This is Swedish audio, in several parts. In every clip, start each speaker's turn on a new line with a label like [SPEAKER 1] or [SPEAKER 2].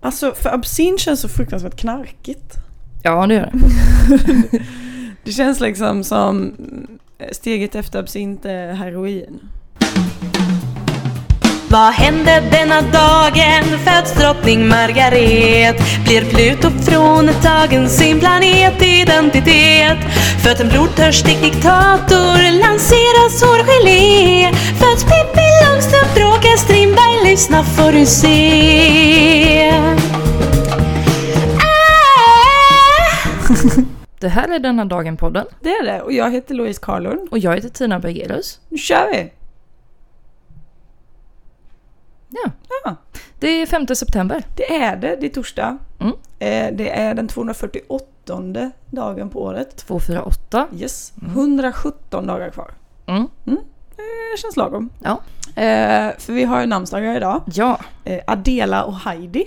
[SPEAKER 1] Alltså för absint känns så fruktansvärt knarkigt.
[SPEAKER 2] Ja, det gör det.
[SPEAKER 1] Det känns liksom som eh, steget efter absint är heroin.
[SPEAKER 3] Vad hände denna dagen? Föds drottning Margaret? Blir Pluto fråntagen sin planetidentitet? Född en blodtörstig diktator? Lanseras hårgelé? Föds Pippi Långstrump? Droger Strindberg? Lyssna får du se. Ah!
[SPEAKER 2] Det här är Denna dagen-podden
[SPEAKER 1] Det är det och jag heter Louise Karlund.
[SPEAKER 2] och jag heter Tina Bergelius.
[SPEAKER 1] Nu kör vi!
[SPEAKER 2] Ja.
[SPEAKER 1] Ja,
[SPEAKER 2] Det är 5 september.
[SPEAKER 1] det är det. Det är torsdag.
[SPEAKER 2] Mm.
[SPEAKER 1] Eh, Det är den 248 dagen på året.
[SPEAKER 2] 248.
[SPEAKER 1] Yes, 117 dagar kvar.
[SPEAKER 2] Mm.
[SPEAKER 1] Det känns lagom.
[SPEAKER 2] Ja.
[SPEAKER 1] Eh, För vi har ju namnsdagar idag.
[SPEAKER 2] Ja.
[SPEAKER 1] Eh, Adela och Heidi.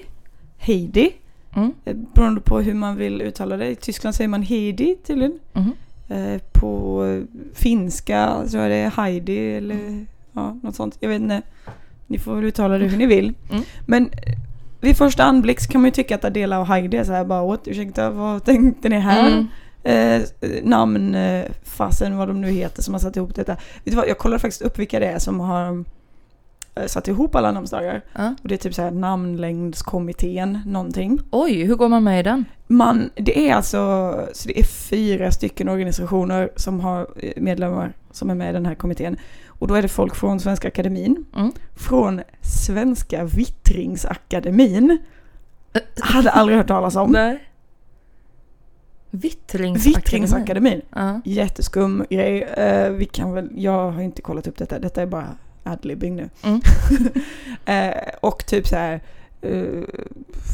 [SPEAKER 1] Heidi.
[SPEAKER 2] Mm.
[SPEAKER 1] Eh, Beroende på hur man vill uttala det. I Tyskland säger man Heidi tydligen.
[SPEAKER 2] Mhm.
[SPEAKER 1] Eh, På eh, finska så är det Heidi eller
[SPEAKER 2] Mm.
[SPEAKER 1] ja, något sånt. Jag vet inte. Ni får väl uttala det hur ni vill.
[SPEAKER 2] Mm.
[SPEAKER 1] Men eh, vid första anblick så kan man ju tycka att Adela och Heidi är så här bara åt ursäkta vad tänkte ni här?
[SPEAKER 2] Mm.
[SPEAKER 1] Eh, namn, eh, fasen vad de nu heter som har satt ihop detta. Vet du vad, jag kollar faktiskt upp vilka det är som har eh, satt ihop alla namnsdagar.
[SPEAKER 2] Ja.
[SPEAKER 1] Och det är typ så här namnlängdskommittén, någonting.
[SPEAKER 2] Oj, hur går man med i den?
[SPEAKER 1] Man, det är alltså, så det är fyra stycken organisationer som har eh, medlemmar som är med i den här kommittén. Och då är det folk från Svenska Akademin,
[SPEAKER 2] Mm.
[SPEAKER 1] från Svenska Vittringsakademin,
[SPEAKER 2] Äh.
[SPEAKER 1] hade aldrig hört talas om.
[SPEAKER 2] Nej. Vittringsakademin.
[SPEAKER 1] Vittringsakademin,
[SPEAKER 2] Ja.
[SPEAKER 1] jätteskum grej. Eh, vi kan väl, jag har inte kollat upp detta, detta är bara adlibbing nu.
[SPEAKER 2] Mm.
[SPEAKER 1] Eh, och typ så här, eh,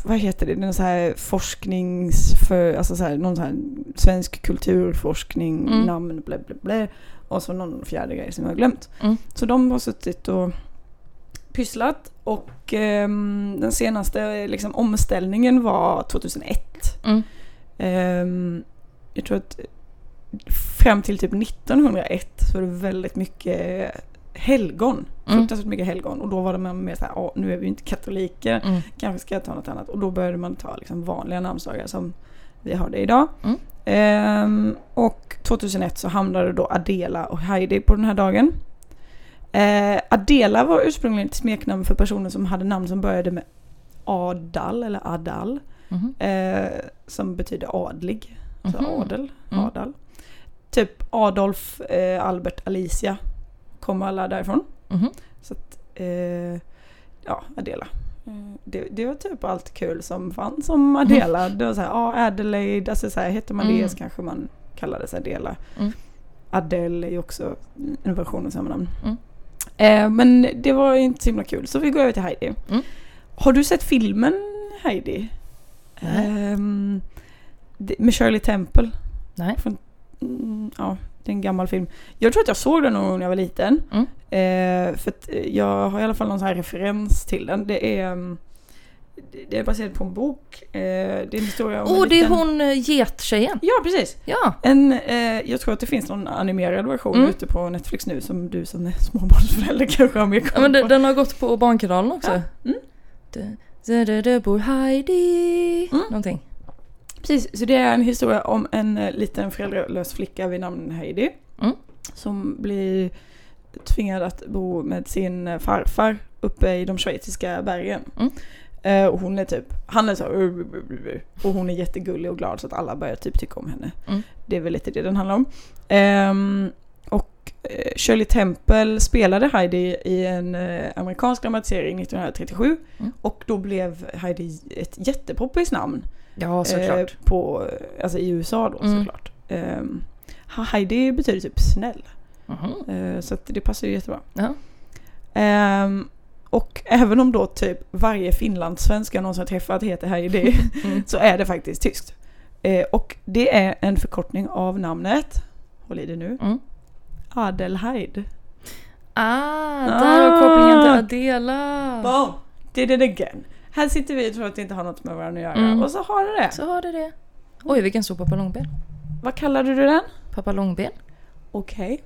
[SPEAKER 1] vad heter det, någon så här forsknings, för, alltså så här, någon så här svensk kulturforskning,
[SPEAKER 2] Mm.
[SPEAKER 1] namn, blä, blä, blä. Och så någon fjärde grej som jag har glömt.
[SPEAKER 2] Mm.
[SPEAKER 1] Så de har suttit och pysslat och ehm, den senaste liksom, omställningen var 2001.
[SPEAKER 2] Mm.
[SPEAKER 1] Ehm, jag tror att fram till typ 1901 så var det väldigt mycket helgon.
[SPEAKER 2] Mm.
[SPEAKER 1] Fruktansvärt mycket helgon. Och då var man mer såhär, "Ja, nu är vi ju inte katoliker,
[SPEAKER 2] Mm.
[SPEAKER 1] kanske ska jag ta något annat. Och då började man ta liksom vanliga namnsdagar som vi har det idag.
[SPEAKER 2] Mm.
[SPEAKER 1] Ehm, och 2001 så hamnade då Adela och Heidi på den här dagen. Eh, Adela var ursprungligen ett smeknamn för personer som hade namn som började med Adal eller Adal.
[SPEAKER 2] Mhm.
[SPEAKER 1] Eh, som betyder adlig. Alltså
[SPEAKER 2] Mhm.
[SPEAKER 1] adel,
[SPEAKER 2] Mm.
[SPEAKER 1] adal. Typ Adolf, eh, Albert, Alicia. Kommer alla därifrån.
[SPEAKER 2] Mhm.
[SPEAKER 1] Så att, eh, ja, Adela. Eh,
[SPEAKER 2] Mm.
[SPEAKER 1] Det, det var typ allt kul som fanns om Adela. Det var såhär, ja Adelaide, alltså såhär, heter man det
[SPEAKER 2] Mm.
[SPEAKER 1] så kanske man kallades Adela.
[SPEAKER 2] Mm.
[SPEAKER 1] Adele är ju också en version av samma namn.
[SPEAKER 2] Mm.
[SPEAKER 1] Eh, men det var ju inte så himla kul, så vi går över till Heidi.
[SPEAKER 2] Mm.
[SPEAKER 1] Har du sett filmen Heidi?
[SPEAKER 2] Nej.
[SPEAKER 1] Ehm, det- med Shirley Temple.
[SPEAKER 2] Nej.
[SPEAKER 1] Mm, ja, det är en gammal film. Jag tror att jag såg den någon gång när jag var liten.
[SPEAKER 2] Mm.
[SPEAKER 1] Eh, för att eh, jag har i alla fall någon sån här referens till den. Det är, mm, det- det är baserat på en bok. Eh, det är en historia om
[SPEAKER 2] Åh,
[SPEAKER 1] en
[SPEAKER 2] det är
[SPEAKER 1] liten-
[SPEAKER 2] hon eh, gettjejen.
[SPEAKER 1] Ja, precis.
[SPEAKER 2] Ja.
[SPEAKER 1] En, eh, jag tror att det finns någon animerad version
[SPEAKER 2] Mm.
[SPEAKER 1] ute på Netflix nu som du som är småbarnsförälder kanske har mer koll
[SPEAKER 2] ja men
[SPEAKER 1] på.
[SPEAKER 2] den, den har gått på Barnkanalen också.
[SPEAKER 1] Ja. Mm.
[SPEAKER 2] Du, du, du, du bor Heidi.
[SPEAKER 1] Mm.
[SPEAKER 2] Någonting.
[SPEAKER 1] Precis, så det är en historia om en eh, liten föräldralös flicka vid namn Heidi.
[SPEAKER 2] Mm.
[SPEAKER 1] Som blir tvingad att bo med sin eh, farfar uppe i de schweiziska bergen.
[SPEAKER 2] Mm.
[SPEAKER 1] Eh, och hon är typ, han är så här, "Ur, ur, ur, ur." och hon är jättegullig och glad så att alla börjar typ tycka om henne.
[SPEAKER 2] Mm.
[SPEAKER 1] Det är väl lite det den handlar om. Ehm, och eh, Shirley Temple spelade Heidi i en eh, amerikansk dramatisering 1937
[SPEAKER 2] Mm.
[SPEAKER 1] och då blev Heidi ett jättepoppis namn.
[SPEAKER 2] Ja,
[SPEAKER 1] Eh, på, alltså i USA då
[SPEAKER 2] Mm.
[SPEAKER 1] såklart. Ehm, ha- Heidi betyder typ snäll.
[SPEAKER 2] Mhm.
[SPEAKER 1] Eh, så att det passar ju jättebra.
[SPEAKER 2] Ja.
[SPEAKER 1] Ehm, och även om då typ varje finlandssvensk jag någonsin har träffat heter Heidi
[SPEAKER 2] Mm.
[SPEAKER 1] så är det faktiskt tyskt. Eh, och det är en förkortning av namnet, håll i det nu,
[SPEAKER 2] Mm.
[SPEAKER 1] Adelheid.
[SPEAKER 2] Ah, där har kopplingen till Adela.
[SPEAKER 1] Boom! Did it again. Här sitter vi och tror att det inte har något med varandra att göra
[SPEAKER 2] Mm.
[SPEAKER 1] och så har det det.
[SPEAKER 2] Så har du det. Oj, vilken stor pappa långben.
[SPEAKER 1] Vad kallade du den?
[SPEAKER 2] Pappa långben.
[SPEAKER 1] Okej.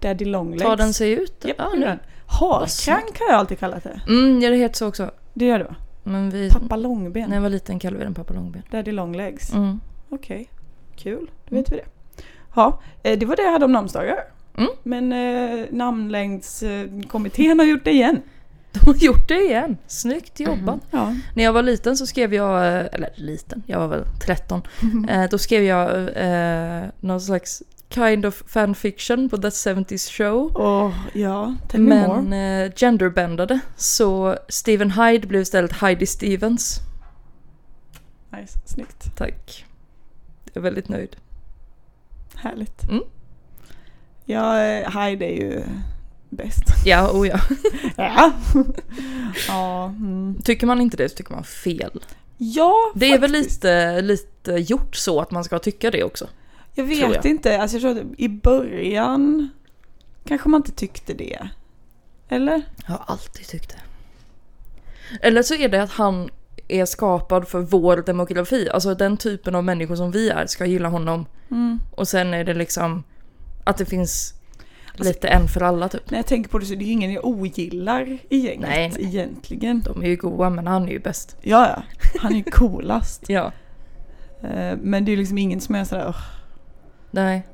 [SPEAKER 1] Daddy Longlegs.
[SPEAKER 2] Tar den sig ut?
[SPEAKER 1] Japp,
[SPEAKER 2] Ja,
[SPEAKER 1] gjorde den.
[SPEAKER 2] nu.
[SPEAKER 1] Harkrank har jag alltid kallat det.
[SPEAKER 2] Mm, ja, det heter så också.
[SPEAKER 1] Det gör det va?
[SPEAKER 2] Men vi,
[SPEAKER 1] Pappa Långben.
[SPEAKER 2] när jag var liten kallade vi den pappa långben.
[SPEAKER 1] Daddy Longlegs.
[SPEAKER 2] Mm.
[SPEAKER 1] Okej, kul. Då vet vi det. Ja, eh, det var det jag hade om namnsdagar.
[SPEAKER 2] Mm.
[SPEAKER 1] Men eh, namnlängdskommittén har gjort det igen.
[SPEAKER 2] De har gjort det igen. Snyggt jobbat.
[SPEAKER 1] Ja.
[SPEAKER 2] När jag var liten så skrev jag, eh, eller liten, jag var väl 13. Eh, då skrev jag eh, någon slags kind of fanfiction på That 70s Show.
[SPEAKER 1] Och ja, tell me
[SPEAKER 2] Men
[SPEAKER 1] more.
[SPEAKER 2] eh, genderbändade. Så Steven Hyde blev istället Heidi Stevens.
[SPEAKER 1] Nice, snyggt.
[SPEAKER 2] Tack. Jag är väldigt nöjd.
[SPEAKER 1] Härligt.
[SPEAKER 2] Mm.
[SPEAKER 1] Ja, eh, Hyde är ju bäst.
[SPEAKER 2] Ja, oh ja.
[SPEAKER 1] ja. ja, mm.
[SPEAKER 2] Tycker man inte det så tycker man fel.
[SPEAKER 1] ja,
[SPEAKER 2] Det är väl lite, lite gjort så att man ska tycka det också.
[SPEAKER 1] jag
[SPEAKER 2] tror
[SPEAKER 1] vet
[SPEAKER 2] jag.
[SPEAKER 1] inte. Alltså jag tror att i början kanske man inte tyckte det. Eller?
[SPEAKER 2] Jag har alltid tyckt det. Eller så är det att han är skapad för vår demografi. Alltså den typen av människor som vi är ska gilla honom. Och sen är det liksom att det finns lite en för alla typ.
[SPEAKER 1] När jag tänker på det så är det ju ingen jag ogillar i gänget
[SPEAKER 2] Nej, nej.
[SPEAKER 1] egentligen.
[SPEAKER 2] De är ju goa men han är ju bäst.
[SPEAKER 1] Ja, ja. Han är ju coolast.
[SPEAKER 2] Ja.
[SPEAKER 1] Eh, Men det är ju liksom ingen som är sådär "Ugh."
[SPEAKER 2] Nej.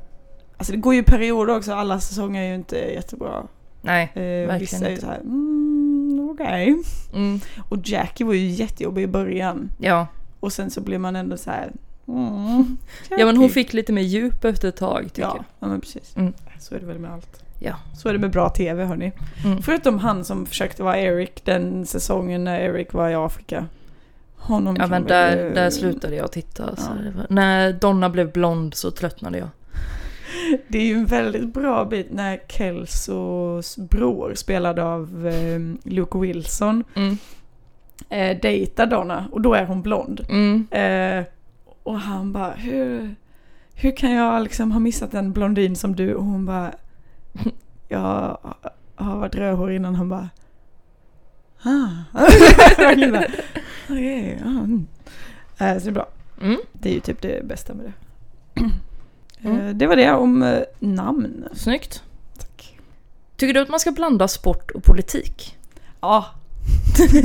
[SPEAKER 1] Alltså det går ju perioder också. Alla säsonger är ju inte jättebra.
[SPEAKER 2] Nej.
[SPEAKER 1] Eh, vissa är ju
[SPEAKER 2] inte.
[SPEAKER 1] såhär, mm, okej.
[SPEAKER 2] Mm.
[SPEAKER 1] Och Jackie var ju jättejobbig i början.
[SPEAKER 2] Ja.
[SPEAKER 1] Och sen så blev man ändå så här. Mm,
[SPEAKER 2] ja men hon
[SPEAKER 1] Jackie.
[SPEAKER 2] fick lite mer djup efter ett tag tycker
[SPEAKER 1] Ja,
[SPEAKER 2] jag.
[SPEAKER 1] ja men precis.
[SPEAKER 2] Mm.
[SPEAKER 1] Så är det väl med allt.
[SPEAKER 2] Ja.
[SPEAKER 1] Så är det med bra tv hörni.
[SPEAKER 2] Mm.
[SPEAKER 1] Förutom han som försökte vara Eric den säsongen när Eric var i Afrika. Honom
[SPEAKER 2] Ja
[SPEAKER 1] kan
[SPEAKER 2] men
[SPEAKER 1] vi-
[SPEAKER 2] där, där slutade jag titta. Så
[SPEAKER 1] Ja.
[SPEAKER 2] det var... När Donna blev blond så tröttnade jag.
[SPEAKER 1] Det är ju en väldigt bra bit när Kelsos bror spelad av eh, Luke Wilson
[SPEAKER 2] Mm.
[SPEAKER 1] eh, dejtar Donna och då är hon blond.
[SPEAKER 2] Mm.
[SPEAKER 1] Eh, och han bara, hur, hur kan jag liksom ha missat en blondin som du? Och hon bara, jag har varit rödhårig innan. Han bara, ah. Verkligen bara, Okej, ja. mm." Eh, Så det är bra.
[SPEAKER 2] Mm.
[SPEAKER 1] Det är ju typ det bästa med det.
[SPEAKER 2] Mm.
[SPEAKER 1] Eh, Det var det om eh, namn.
[SPEAKER 2] Snyggt.
[SPEAKER 1] Tack.
[SPEAKER 2] Tycker du att man ska blanda sport och politik?
[SPEAKER 1] Ja.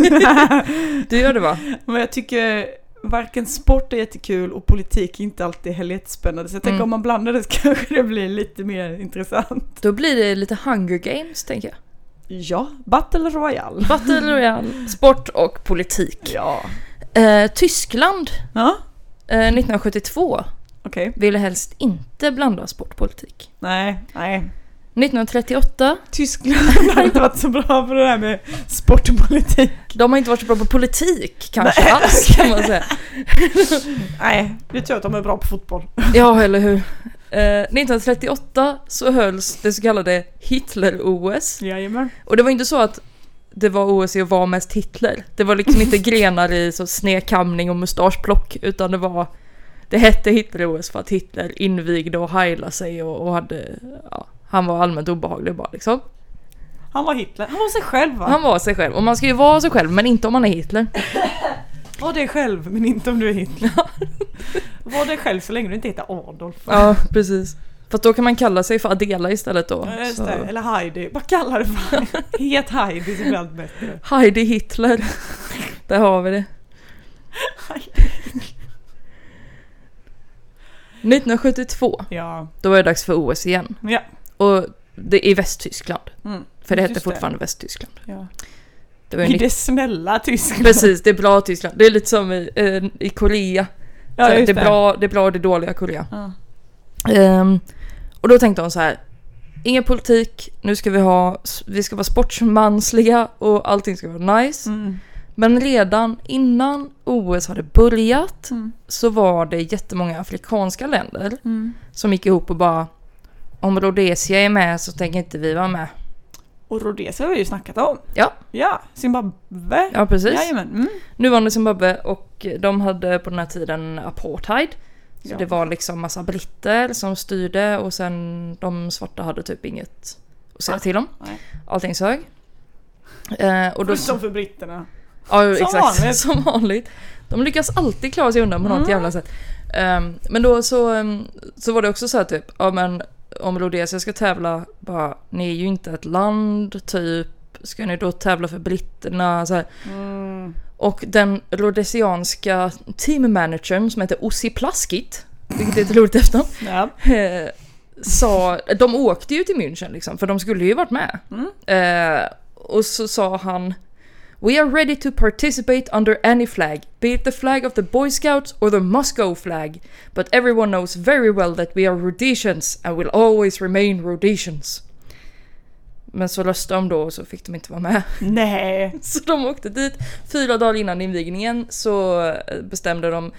[SPEAKER 2] Du gör det va?
[SPEAKER 1] Men jag tycker varken sport är jättekul och politik är inte alltid heller jättespännande. Så jag tänker
[SPEAKER 2] Mm.
[SPEAKER 1] om man blandar det så kanske det blir lite mer intressant.
[SPEAKER 2] Då blir det lite Hunger Games tänker jag.
[SPEAKER 1] Ja, Battle Royale.
[SPEAKER 2] Battle Royale, sport och politik.
[SPEAKER 1] Ja.
[SPEAKER 2] Eh, Tyskland
[SPEAKER 1] Ja,
[SPEAKER 2] eh, 1972
[SPEAKER 1] okej.
[SPEAKER 2] ville helst inte blanda sport och politik.
[SPEAKER 1] Nej, nej.
[SPEAKER 2] 1938,
[SPEAKER 1] Tyskland har inte varit så bra på det här med sport och politik.
[SPEAKER 2] de har inte varit så bra på politik kanske alls kan man säga.
[SPEAKER 1] Nej, det tror jag att de är bra på fotboll.
[SPEAKER 2] Ja, eller hur. Eh, 1938 så hölls det så kallade Hitler-OS.
[SPEAKER 1] Jajamän.
[SPEAKER 2] Och det var inte så att det var OS i att vara mest Hitler. Det var liksom inte grenar i så snedkamning och mustaschplock utan det var det hette Hitler-OS för att Hitler invigde och heilade sig och, och hade, ja, han var allmänt obehaglig bara liksom.
[SPEAKER 1] Han var Hitler. Han var sig själv va?
[SPEAKER 2] Han var sig själv och man ska ju vara sig själv men inte om man är Hitler.
[SPEAKER 1] Var dig själv, men inte om du är Hitler. var dig själv så länge du inte heter Adolf.
[SPEAKER 2] Ja, precis. För att då kan man kalla sig för Adela istället då.
[SPEAKER 1] Ja, just
[SPEAKER 2] Så-
[SPEAKER 1] det. Eller Heidi. Vad kallar du för Heidi? Het Heidi så blir allt bättre.
[SPEAKER 2] Heidi Hitler. Där har vi det. 1972,
[SPEAKER 1] Ja.
[SPEAKER 2] då var det dags för OS igen.
[SPEAKER 1] Ja.
[SPEAKER 2] Och det i Västtyskland.
[SPEAKER 1] Mm.
[SPEAKER 2] För det
[SPEAKER 1] Just
[SPEAKER 2] hette
[SPEAKER 1] det.
[SPEAKER 2] fortfarande Västtyskland.
[SPEAKER 1] ja.
[SPEAKER 2] Det var ju
[SPEAKER 1] I
[SPEAKER 2] nitt-
[SPEAKER 1] det snälla Tyskland.
[SPEAKER 2] Precis, det är bra Tyskland. Det är lite som i, eh, i Korea. Så
[SPEAKER 1] Ja, just
[SPEAKER 2] det, är bra, det är bra och det är dåliga Korea.
[SPEAKER 1] Ja.
[SPEAKER 2] Ehm, och då tänkte de så här. Ingen politik, nu ska vi ha, vi ska vara sportsmansliga och allting ska vara nice.
[SPEAKER 1] Mm.
[SPEAKER 2] Men redan innan OS hade börjat
[SPEAKER 1] Mm.
[SPEAKER 2] så var det jättemånga afrikanska länder som gick ihop och bara om Rhodesia är med så tänker inte vi vara med.
[SPEAKER 1] Och Rhodesia har vi ju snackat om.
[SPEAKER 2] Ja,
[SPEAKER 1] Ja, Zimbabwe.
[SPEAKER 2] ja precis.
[SPEAKER 1] Jajamän. Mm.
[SPEAKER 2] Nuvarande Zimbabwe och de hade på den här tiden apartheid. Så
[SPEAKER 1] Ja.
[SPEAKER 2] det var liksom massa britter som styrde och sen de svarta hade typ inget att säga
[SPEAKER 1] Ah,
[SPEAKER 2] till om.
[SPEAKER 1] nej.
[SPEAKER 2] Allting sög. Eh, och då,
[SPEAKER 1] Förutom för britterna.
[SPEAKER 2] ja,
[SPEAKER 1] som
[SPEAKER 2] exakt,
[SPEAKER 1] vanligt. Mm.
[SPEAKER 2] Som vanligt. De lyckas alltid klara sig undan på något jävla sätt. Ehm, men då så, ehm, så var det också så här typ, ja men om Rhodesia ska tävla, bara, ni är
[SPEAKER 1] Mm.
[SPEAKER 2] ju inte ett land, typ, ska ni då tävla för britterna? Så här. Och den rhodesianska teammanagern som heter Ossi Plaskit, vilket är ett roligt efternamn,
[SPEAKER 1] Ja.
[SPEAKER 2] eh, sa, de åkte ju till München liksom, för de skulle ju varit med. Eh, och så sa han We are ready to participate under any flag, be it the flag of the Boy Scouts or the Moscow flag. But everyone knows very well that we are Rhodesians and will always remain Rhodesians. Men så röstade de då och så fick de inte vara med.
[SPEAKER 1] Nej.
[SPEAKER 2] Så de åkte dit. Fyra dagar innan invigningen så eh, bestämde de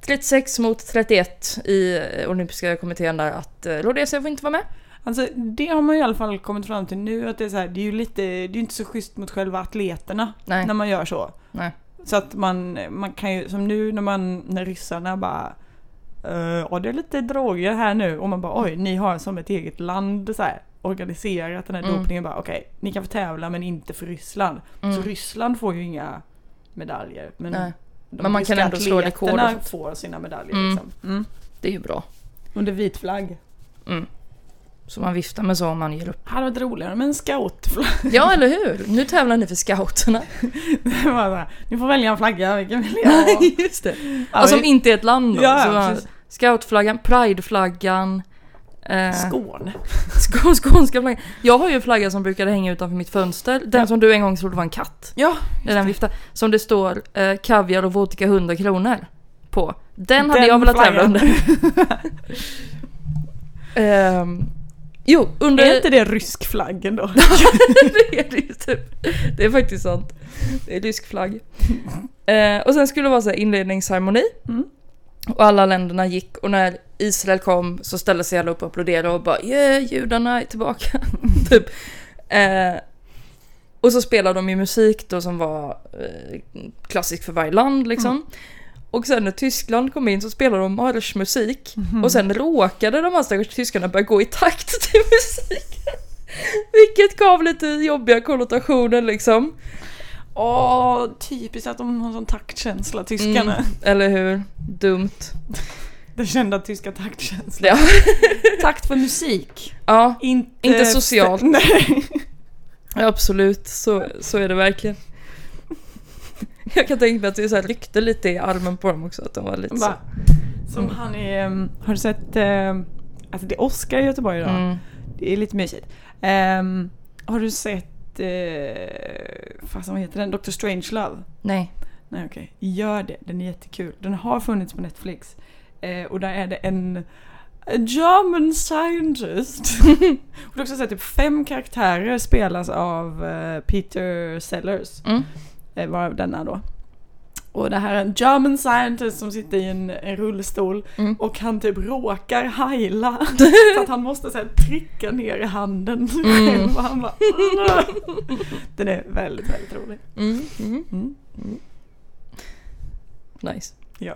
[SPEAKER 2] 36 mot 31 i eh, olympiska kommittén där att eh, Rhodesia får inte vara med.
[SPEAKER 1] Alltså det har man ju i alla fall kommit fram till nu att det är så här, det är ju lite, det är ju inte så schysst mot själva atleterna
[SPEAKER 2] Nej.
[SPEAKER 1] när man gör så.
[SPEAKER 2] Nej.
[SPEAKER 1] Så att man, man kan ju, som nu när man, när ryssarna bara eh, Ja det är lite droger här nu och man bara oj ni har som ett eget land så här organiserat den här
[SPEAKER 2] Mm.
[SPEAKER 1] dopningen bara okej ni kan få tävla men inte för Ryssland. Så Ryssland får ju inga medaljer men
[SPEAKER 2] Nej.
[SPEAKER 1] de
[SPEAKER 2] Men man kan
[SPEAKER 1] ryska
[SPEAKER 2] ändå slå
[SPEAKER 1] atleterna
[SPEAKER 2] rekord.
[SPEAKER 1] får sina medaljer
[SPEAKER 2] Mm.
[SPEAKER 1] liksom. Mm.
[SPEAKER 2] Det är ju bra.
[SPEAKER 1] Under vit flagg.
[SPEAKER 2] Så man viftar med så om man ger upp.
[SPEAKER 1] Det hade varit roligare med en scoutflagg.
[SPEAKER 2] Ja, eller hur? Nu tävlar ni för scouterna.
[SPEAKER 1] Det var så här, Ni får välja en flagga, vilken vill jag ha?
[SPEAKER 2] Just det. Och som Alltså, inte är ett land då.
[SPEAKER 1] Ja,
[SPEAKER 2] så man-
[SPEAKER 1] precis.
[SPEAKER 2] Scoutflaggan, prideflaggan. Eh,
[SPEAKER 1] Skåne.
[SPEAKER 2] sk- skånska flaggan. Jag har ju en flagga som brukade hänga utanför mitt fönster. Den som du en gång trodde var en katt.
[SPEAKER 1] Ja,
[SPEAKER 2] Det är den vifta som det står eh, kaviar och vodka 100 kronor på. Den hade
[SPEAKER 1] Den
[SPEAKER 2] jag velat tävla
[SPEAKER 1] flaggan.
[SPEAKER 2] under. Ehm, jo, under...
[SPEAKER 1] är inte det rysk flaggen då?
[SPEAKER 2] det, är det, ju typ. det är faktiskt sant. Det är rysk flagg. Eh, och sen skulle det vara så här inledningsceremoni.
[SPEAKER 1] Mm.
[SPEAKER 2] Och alla länderna gick och när Israel kom så ställde sig alla upp och applåderade och bara yeah, judarna är tillbaka. typ. eh, och så spelade de ju musik då som var eh, klassisk för varje land liksom. Och sen när Tyskland kom in så spelade de marschmusik och sen råkade de här stackars tyskarna börja gå i takt till musiken. Vilket gav lite jobbiga konnotationer liksom.
[SPEAKER 1] Åh, typiskt att de har sån taktkänsla, tyskarna.
[SPEAKER 2] Mm. Eller hur? Dumt.
[SPEAKER 1] Den kända tyska taktkänslan.
[SPEAKER 2] Ja.
[SPEAKER 1] Takt för musik.
[SPEAKER 2] ja,
[SPEAKER 1] Inte,
[SPEAKER 2] Inte socialt.
[SPEAKER 1] Nej.
[SPEAKER 2] absolut. Så, så är det verkligen. Jag kan tänka mig att det så här ryckte lite i armen på dem också. Att de var lite så.
[SPEAKER 1] Bara, som han är... ehm, Har du sett... ehm, Alltså det är Oscar i Göteborg idag.
[SPEAKER 2] Mm.
[SPEAKER 1] Det är lite mysigt. Ehm, har du sett... Uh, fast vad heter den? Dr. Strangelove?
[SPEAKER 2] Nej.
[SPEAKER 1] Nej okej. Gör det, den är jättekul. Den har funnits på Netflix. Eh, och där är det en a German scientist. och det är också så här, typ fem karaktärer spelas av eh, Peter Sellers.
[SPEAKER 2] Mm.
[SPEAKER 1] Eh, varav denna då. Och det här är en German scientist som sitter i en, en rullstol
[SPEAKER 2] Mm.
[SPEAKER 1] och han typ råkar heila. så att han måste så här, trycka ner handen
[SPEAKER 2] Mm.
[SPEAKER 1] själv. Och han bara... Den är väldigt, väldigt rolig.
[SPEAKER 2] Mm. Mm.
[SPEAKER 1] Mm.
[SPEAKER 2] Nice.
[SPEAKER 1] Ja.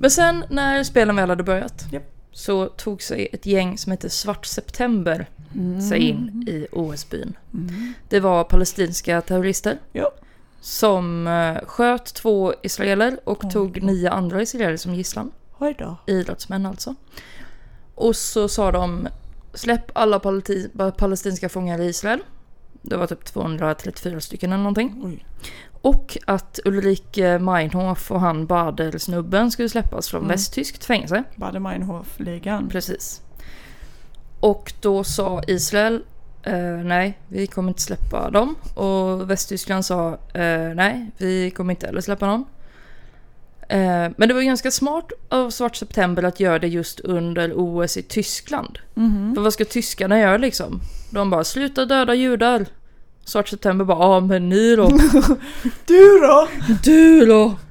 [SPEAKER 2] Men sen när spelen väl hade börjat
[SPEAKER 1] Japp.
[SPEAKER 2] så tog sig ett gäng som heter Svart September sig
[SPEAKER 1] Mm.
[SPEAKER 2] in i OS-byn. Det var palestinska terrorister
[SPEAKER 1] Ja.
[SPEAKER 2] som eh, sköt två israeler och tog nio andra israeler som gisslan.
[SPEAKER 1] Oj då.
[SPEAKER 2] Idrottsmän alltså. Och så sa de släpp alla palati- palestinska fångar i Israel. Det var typ 234 stycken eller någonting.
[SPEAKER 1] Oj.
[SPEAKER 2] Och att Ulrike Meinhof och han Bader-snubben skulle släppas från västtyskt fängelse.
[SPEAKER 1] Bader-Meinhof-ligan.
[SPEAKER 2] Precis. Och då sa Israel eh, nej, vi kommer inte släppa dem. Och Västtyskland sa eh, nej, vi kommer inte heller släppa någon. Eh, men det var ganska smart av Svart September att göra det just under OS i Tyskland.
[SPEAKER 1] Mm.
[SPEAKER 2] För vad ska tyskarna göra liksom? De bara “sluta döda judar”. Svart September bara “ja men ni då?”
[SPEAKER 1] Du då?
[SPEAKER 2] “Du då?”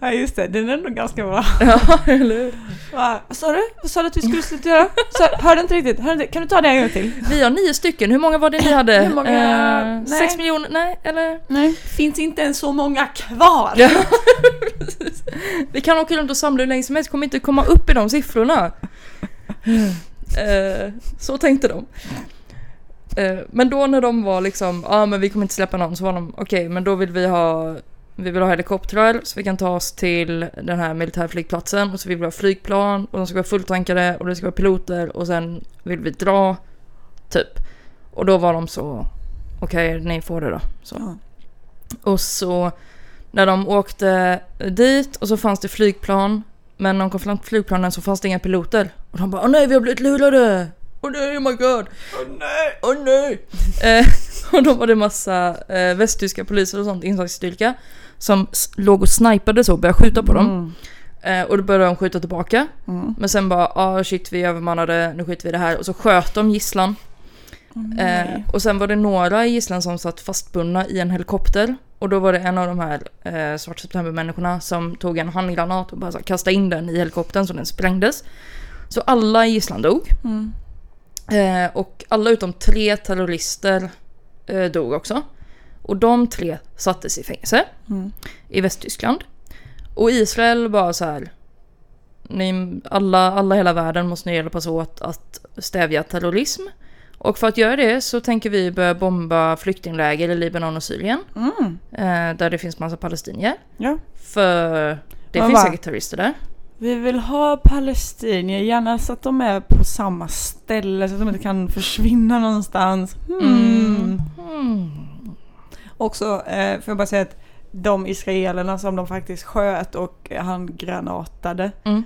[SPEAKER 1] Ja just det, den är ändå ganska bra.
[SPEAKER 2] Ja, eller hur?
[SPEAKER 1] Va? Vad sa du? Vad sa du att vi skulle sluta göra? Så, hörde inte riktigt. Hörde inte. Kan du ta det en gång till?
[SPEAKER 2] Vi har nio stycken, hur många var det ni hade?
[SPEAKER 1] Hur många?
[SPEAKER 2] Eh, sex
[SPEAKER 1] Nej.
[SPEAKER 2] miljoner? Nej, eller?
[SPEAKER 1] Nej. Finns inte ens så många kvar.
[SPEAKER 2] Ja, precis. Vi kan åka runt och samla hur länge som helst, kommer inte komma upp i de siffrorna. Eh, så tänkte de. Eh, men då när de var liksom, ja ah, men vi kommer inte släppa någon, så var de, okej men då vill vi ha vi vill ha helikoptrar så vi kan ta oss till den här militärflygplatsen och så vill vi ha flygplan och de ska vara fulltankade och det ska vara piloter och sen vill vi dra, typ. Och då var de så, okej ni får det då. Så.
[SPEAKER 1] Ja.
[SPEAKER 2] Och så när de åkte dit och så fanns det flygplan. Men när de kom fram till flygplanen så fanns det inga piloter. Och de bara åh nej vi har blivit lurade! Åh nej oh my god! Åh oh, nej! eh, och då var det massa eh, västtyska poliser och sånt, insatsstyrka. Som s- låg och snipade så och började skjuta på dem. Eh, och då började de skjuta tillbaka.
[SPEAKER 1] Mm.
[SPEAKER 2] Men sen bara, ah shit vi är övermannade, nu skiter vi i det här. Och så sköt de gisslan. Eh, och sen var det några i gisslan som satt fastbundna i en helikopter. Och då var det en av de här eh, Svarta September-människorna som tog en handgranat och bara så, här kastade in den i helikoptern så den sprängdes. Så alla i gisslan dog.
[SPEAKER 1] Mm.
[SPEAKER 2] Eh, och alla utom tre terrorister eh, dog också. Och de tre sattes i fängelse
[SPEAKER 1] Mm.
[SPEAKER 2] i Västtyskland. Och Israel bara så här. Ni, alla, alla i hela världen måste nu hjälpas åt att stävja terrorism. Och för att göra det så tänker vi börja bomba flyktingläger i Libanon och Syrien.
[SPEAKER 1] Mm.
[SPEAKER 2] Eh, där det finns massa palestinier.
[SPEAKER 1] Ja.
[SPEAKER 2] För det
[SPEAKER 1] Men
[SPEAKER 2] finns
[SPEAKER 1] va?
[SPEAKER 2] säkert terrorister där.
[SPEAKER 1] Vi vill ha palestinier, gärna så att de är på samma ställe så att de inte kan försvinna någonstans. Hmm.
[SPEAKER 2] Mm.
[SPEAKER 1] Också, eh, får jag bara säga att de israelerna som de faktiskt sköt och han granatade,
[SPEAKER 2] Mm.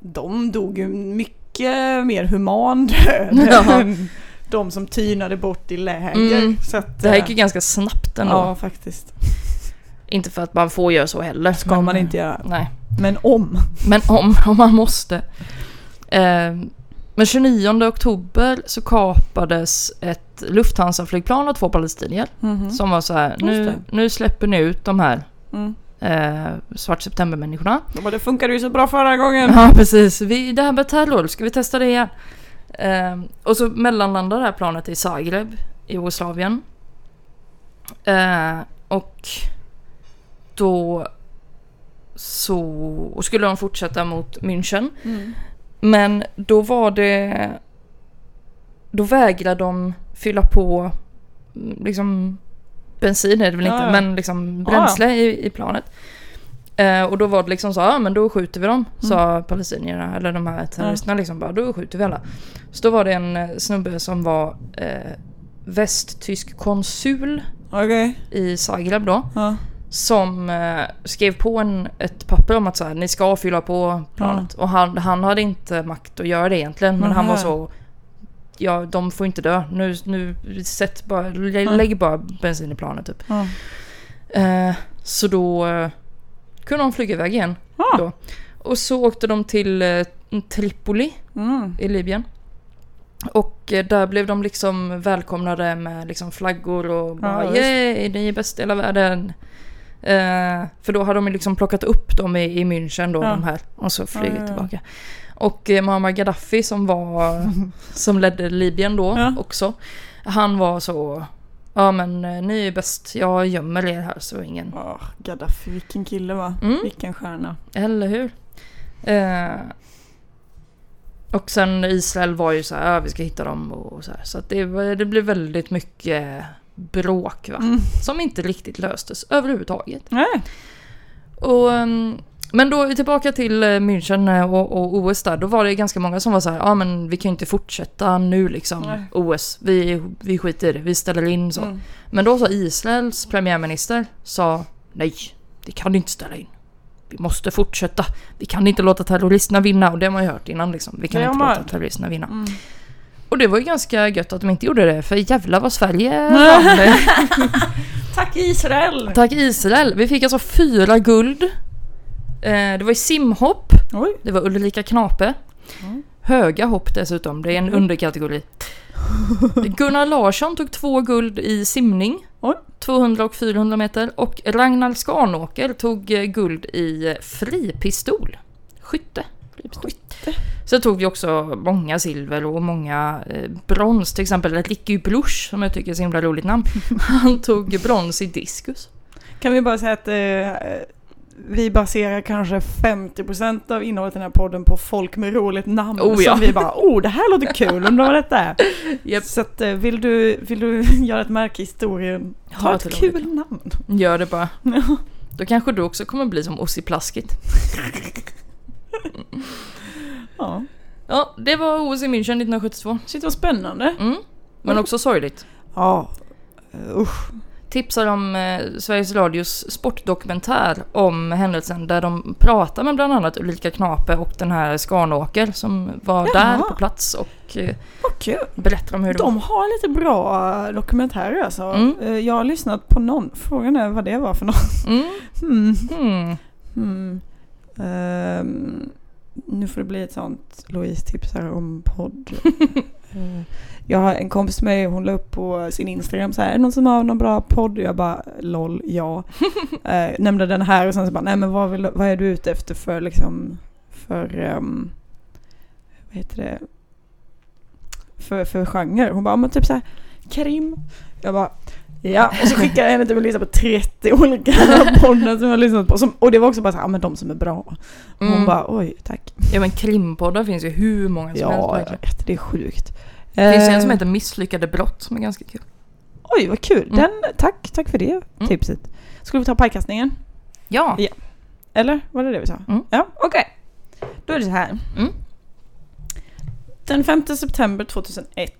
[SPEAKER 1] de dog ju mycket mer human död
[SPEAKER 2] Ja.
[SPEAKER 1] än de som tynade bort i läger.
[SPEAKER 2] Mm.
[SPEAKER 1] Så att,
[SPEAKER 2] Det här
[SPEAKER 1] eh,
[SPEAKER 2] gick ju ganska snabbt ändå.
[SPEAKER 1] Ja, faktiskt.
[SPEAKER 2] Inte för att man får göra så heller.
[SPEAKER 1] Ska man inte göra.
[SPEAKER 2] Nej.
[SPEAKER 1] Men om.
[SPEAKER 2] Men om, om man måste. Eh, men 29 oktober så kapades ett Lufthansa-flygplan av två palestinier.
[SPEAKER 1] Mhm.
[SPEAKER 2] Som var så här, nu, nu släpper ni ut de här
[SPEAKER 1] Mm.
[SPEAKER 2] eh, Svart September-människorna.
[SPEAKER 1] De bara, det funkade ju så bra förra gången.
[SPEAKER 2] Ja precis, vi, det här med terror, ska vi testa det igen? Eh, och så mellanlandade det här planet i Zagreb i Jugoslavien. Eh, och då så och skulle de fortsätta mot München.
[SPEAKER 1] Mm.
[SPEAKER 2] Men då var det... Då vägrade de fylla på mm, liksom bensin är det väl
[SPEAKER 1] Ja,
[SPEAKER 2] inte,
[SPEAKER 1] Ah, ja.
[SPEAKER 2] men liksom bränsle i, i planet. Eh, och då var det liksom så, ja men då skjuter vi dem,
[SPEAKER 1] Mm.
[SPEAKER 2] sa palestinierna, eller de här terroristerna liksom bara, då skjuter vi alla. Så då var det en eh, snubbe som var eh, västtysk konsul
[SPEAKER 1] Okej.
[SPEAKER 2] i Zagreb då
[SPEAKER 1] Ja.
[SPEAKER 2] som eh, skrev på en, ett papper om att så här, ni ska fylla på planet. Och han, han hade inte makt att göra det egentligen, men han var
[SPEAKER 1] Nähä.
[SPEAKER 2] så... Ja, de får inte dö. Nu, nu sätt bara, lä,
[SPEAKER 1] Mm.
[SPEAKER 2] lägg bara bensin i planet typ.
[SPEAKER 1] Ja.
[SPEAKER 2] Eh, så då eh, kunde de flyga iväg igen.
[SPEAKER 1] Ah.
[SPEAKER 2] Då. Och så åkte de till eh, Tripoli
[SPEAKER 1] Mm.
[SPEAKER 2] i Libyen. Och eh, där blev de liksom välkomnade med liksom flaggor och bara
[SPEAKER 1] Ja, visst.
[SPEAKER 2] yay, ni är bäst i hela världen. Eh, för då hade de ju liksom plockat upp dem i, i München då,
[SPEAKER 1] Ja.
[SPEAKER 2] de här, och så flugit
[SPEAKER 1] Ja, ja, ja.
[SPEAKER 2] tillbaka. Och eh, Muammar Gaddafi som var, som ledde Libyen då
[SPEAKER 1] Ja.
[SPEAKER 2] också, han var så, ja men eh, ni är bäst, jag gömmer er här så ingen
[SPEAKER 1] Åh, Gaddafi, vilken kille va?
[SPEAKER 2] Mm.
[SPEAKER 1] Vilken stjärna.
[SPEAKER 2] Eller hur? Eh, och sen Israel var ju så här, "Ah, vi ska hitta dem och så här. Så att det, var- det blev väldigt mycket bråk va.
[SPEAKER 1] Mm.
[SPEAKER 2] Som inte riktigt löstes överhuvudtaget.
[SPEAKER 1] Nej.
[SPEAKER 2] Och, ehm, men då tillbaka till eh, München eh, och, och OS där. Då var det ganska många som var så här, ja ah, men vi kan ju inte fortsätta nu liksom.
[SPEAKER 1] Nej.
[SPEAKER 2] OS, vi, vi skiter i det, vi ställer in så.
[SPEAKER 1] Mm.
[SPEAKER 2] Men då sa Israels premiärminister sa nej, det kan du inte ställa in. Vi måste fortsätta. Vi kan inte låta terroristerna vinna och det har man ju hört innan liksom. Vi kan
[SPEAKER 1] Det har
[SPEAKER 2] inte
[SPEAKER 1] man
[SPEAKER 2] låta
[SPEAKER 1] hört.
[SPEAKER 2] terroristerna vinna.
[SPEAKER 1] Mm.
[SPEAKER 2] Och det var ju ganska gött att de inte gjorde det för jävlar vad Sverige vann.
[SPEAKER 1] Tack Israel!
[SPEAKER 2] Tack Israel! Vi fick alltså fyra guld. Eh, det var i simhopp,
[SPEAKER 1] Oj.
[SPEAKER 2] det var Ulrika Knape.
[SPEAKER 1] Mm.
[SPEAKER 2] Höga hopp dessutom, det är en underkategori. Gunnar Larsson tog två guld i simning.
[SPEAKER 1] Oj.
[SPEAKER 2] 200 och 400 meter. Och Ragnar Skanåker tog eh, guld i eh, fripistol. Skytte. Fripistol. Så tog vi också många silver och många eh, brons. Till exempel Ricky Blush, som jag tycker är så himla roligt namn. Han tog brons i diskus.
[SPEAKER 1] Kan vi bara säga att eh, vi baserar kanske 50% av innehållet i den här podden på folk med roligt namn.
[SPEAKER 2] Oh, ja.
[SPEAKER 1] Som vi bara, oh det här låter kul, undrar vad detta är.
[SPEAKER 2] Japp.
[SPEAKER 1] Så att, eh, vill, du, vill du göra ett märke i historien,
[SPEAKER 2] Ha
[SPEAKER 1] ta ett
[SPEAKER 2] ett
[SPEAKER 1] kul
[SPEAKER 2] roligt
[SPEAKER 1] namn.
[SPEAKER 2] Gör det bara.
[SPEAKER 1] Ja.
[SPEAKER 2] Då kanske du också kommer bli som Ossi Plaskit.
[SPEAKER 1] Ja.
[SPEAKER 2] Ja, det var OS i München 1972.
[SPEAKER 1] Shit vad spännande.
[SPEAKER 2] Mm. Men också sorgligt.
[SPEAKER 1] Ja. Eh, Usch.
[SPEAKER 2] tipsar om eh, Sveriges Radios sportdokumentär om händelsen där de pratar med bland annat Ulrika Knape och den här Skanåker som var
[SPEAKER 1] Jaha.
[SPEAKER 2] där på plats och eh,
[SPEAKER 1] Vad kul!
[SPEAKER 2] berättar om hur det var.
[SPEAKER 1] De har lite bra dokumentärer alltså.
[SPEAKER 2] Mm.
[SPEAKER 1] Eh, Jag har lyssnat på någon. Frågan är vad det var för någon.
[SPEAKER 2] Mm.
[SPEAKER 1] Mm.
[SPEAKER 2] Mm.
[SPEAKER 1] Mm. Ehm, nu får det bli ett sånt Louise tipsar om podd. Eh, jag har en kompis med mig, hon la upp på sin Instagram så här, är det någon som har någon bra podd? Och jag bara LOL, ja. Eh, nämnde den här och sen så bara, nej men vad, vill, vad är du ute efter för liksom, för, ehm, vad heter det, för, för genre? Hon bara, ja, men typ så här, krim. Jag bara, Ja, och så skickade jag henne typ en lista på 30 olika poddar som jag har lyssnat på. Som, och det var också bara så här, ah, men de som är bra. Och Hon
[SPEAKER 2] Mm.
[SPEAKER 1] bara, oj, tack.
[SPEAKER 2] Ja men krimpoddar finns ju hur många som helst
[SPEAKER 1] Ja, jag
[SPEAKER 2] verkligen.
[SPEAKER 1] vet, det är sjukt.
[SPEAKER 2] Det finns ju en
[SPEAKER 1] Eh,
[SPEAKER 2] som heter Misslyckade brott som är ganska kul.
[SPEAKER 1] Oj, vad kul.
[SPEAKER 2] Mm.
[SPEAKER 1] Den, tack, tack för det tipset. Skulle vi ta pajkastningen?
[SPEAKER 2] Ja,
[SPEAKER 1] Ja. Eller? Var det det vi sa?
[SPEAKER 2] Mm.
[SPEAKER 1] Ja, okej. Då är det så här.
[SPEAKER 2] Mm.
[SPEAKER 1] Den 5 september 2001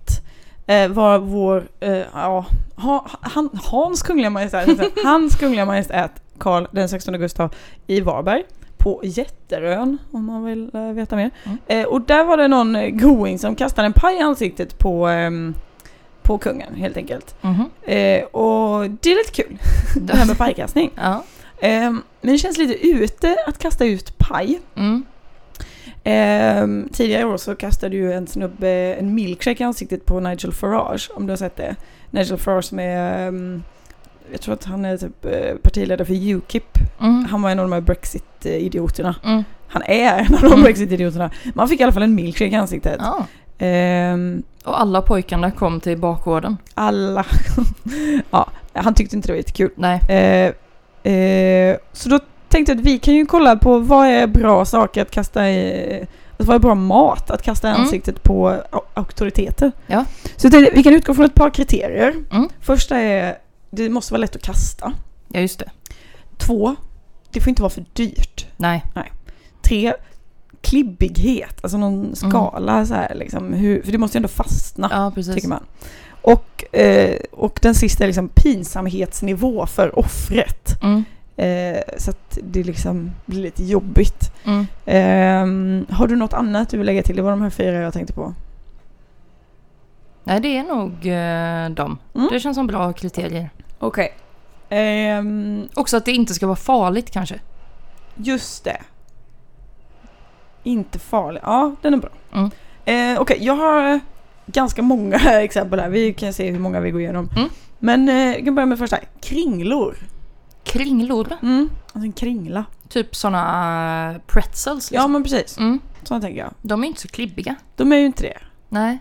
[SPEAKER 1] eh, var vår, eh, ja, ha, han, Hans kungliga majestät, hans kungliga majestät Karl den 16 augusti i Varberg på Jätterön om man vill eh, veta mer.
[SPEAKER 2] Mm.
[SPEAKER 1] Eh, och där var det någon eh, going som kastade en paj i ansiktet på, ehm, på kungen helt enkelt.
[SPEAKER 2] mhm.
[SPEAKER 1] Eh, och det är lite kul, det här med pajkastning.
[SPEAKER 2] ja.
[SPEAKER 1] Ehm, men det känns lite ute att kasta ut paj.
[SPEAKER 2] Mm.
[SPEAKER 1] Ehm, tidigare i år så kastade ju en snubbe en milkshake i ansiktet på Nigel Farage, om du har sett det. Nigel Farage som är, ehm, jag tror att han är typ eh, partiledare för Ukip.
[SPEAKER 2] Mm.
[SPEAKER 1] Han var en av de här Brexit-idioterna.
[SPEAKER 2] Mm.
[SPEAKER 1] Han är en av de
[SPEAKER 2] Mm.
[SPEAKER 1] Brexit-idioterna. Man fick i alla fall en milkshake i ansiktet.
[SPEAKER 2] Ja.
[SPEAKER 1] Ehm,
[SPEAKER 2] Och alla pojkarna kom till bakgården.
[SPEAKER 1] alla... ja, han tyckte inte det var jättekul.
[SPEAKER 2] Nej.
[SPEAKER 1] Eh, eh, så då tänkte jag att vi kan ju kolla på vad är bra saker att kasta i... Alltså vad är bra mat att kasta i
[SPEAKER 2] Mm.
[SPEAKER 1] ansiktet på au- auktoriteter?
[SPEAKER 2] Ja.
[SPEAKER 1] Så jag tänkte, vi kan utgå från ett par kriterier.
[SPEAKER 2] Mm.
[SPEAKER 1] Första är, det måste vara lätt att kasta.
[SPEAKER 2] Ja just det.
[SPEAKER 1] Två, det får inte vara för dyrt.
[SPEAKER 2] Nej.
[SPEAKER 1] Tre, klibbighet, alltså någon skala så här liksom. Hur, för det måste ju ändå fastna,
[SPEAKER 2] Mm. Ja precis.
[SPEAKER 1] Ah, tycker man. Och, eh, och den sista är liksom pinsamhetsnivå för offret.
[SPEAKER 2] Mm.
[SPEAKER 1] Eh, så att det liksom blir lite jobbigt.
[SPEAKER 2] Mm.
[SPEAKER 1] Ehm, har du något annat du vill lägga till? Det var de här fyra jag tänkte på.
[SPEAKER 2] Nej det är nog eh, dem.
[SPEAKER 1] Mm.
[SPEAKER 2] Det känns som bra kriterier.
[SPEAKER 1] Okej.
[SPEAKER 2] Också att det inte ska vara farligt kanske.
[SPEAKER 1] Ehm, just det. Inte farlig. Ja, den är bra.
[SPEAKER 2] Mm.
[SPEAKER 1] Eh, Okej, jag har eh, ganska många exempel här. Vi kan se hur många vi går igenom.
[SPEAKER 2] Mm.
[SPEAKER 1] Men eh, jag kan börja med första. Kringlor.
[SPEAKER 2] Kringlor.
[SPEAKER 1] Mm. Alltså en kringla.
[SPEAKER 2] Typ såna eh, pretzels
[SPEAKER 1] Ja,
[SPEAKER 2] liksom.
[SPEAKER 1] men precis.
[SPEAKER 2] Mm.
[SPEAKER 1] Så tänker jag.
[SPEAKER 2] De är inte så klibbiga.
[SPEAKER 1] De är ju inte det.
[SPEAKER 2] Nej.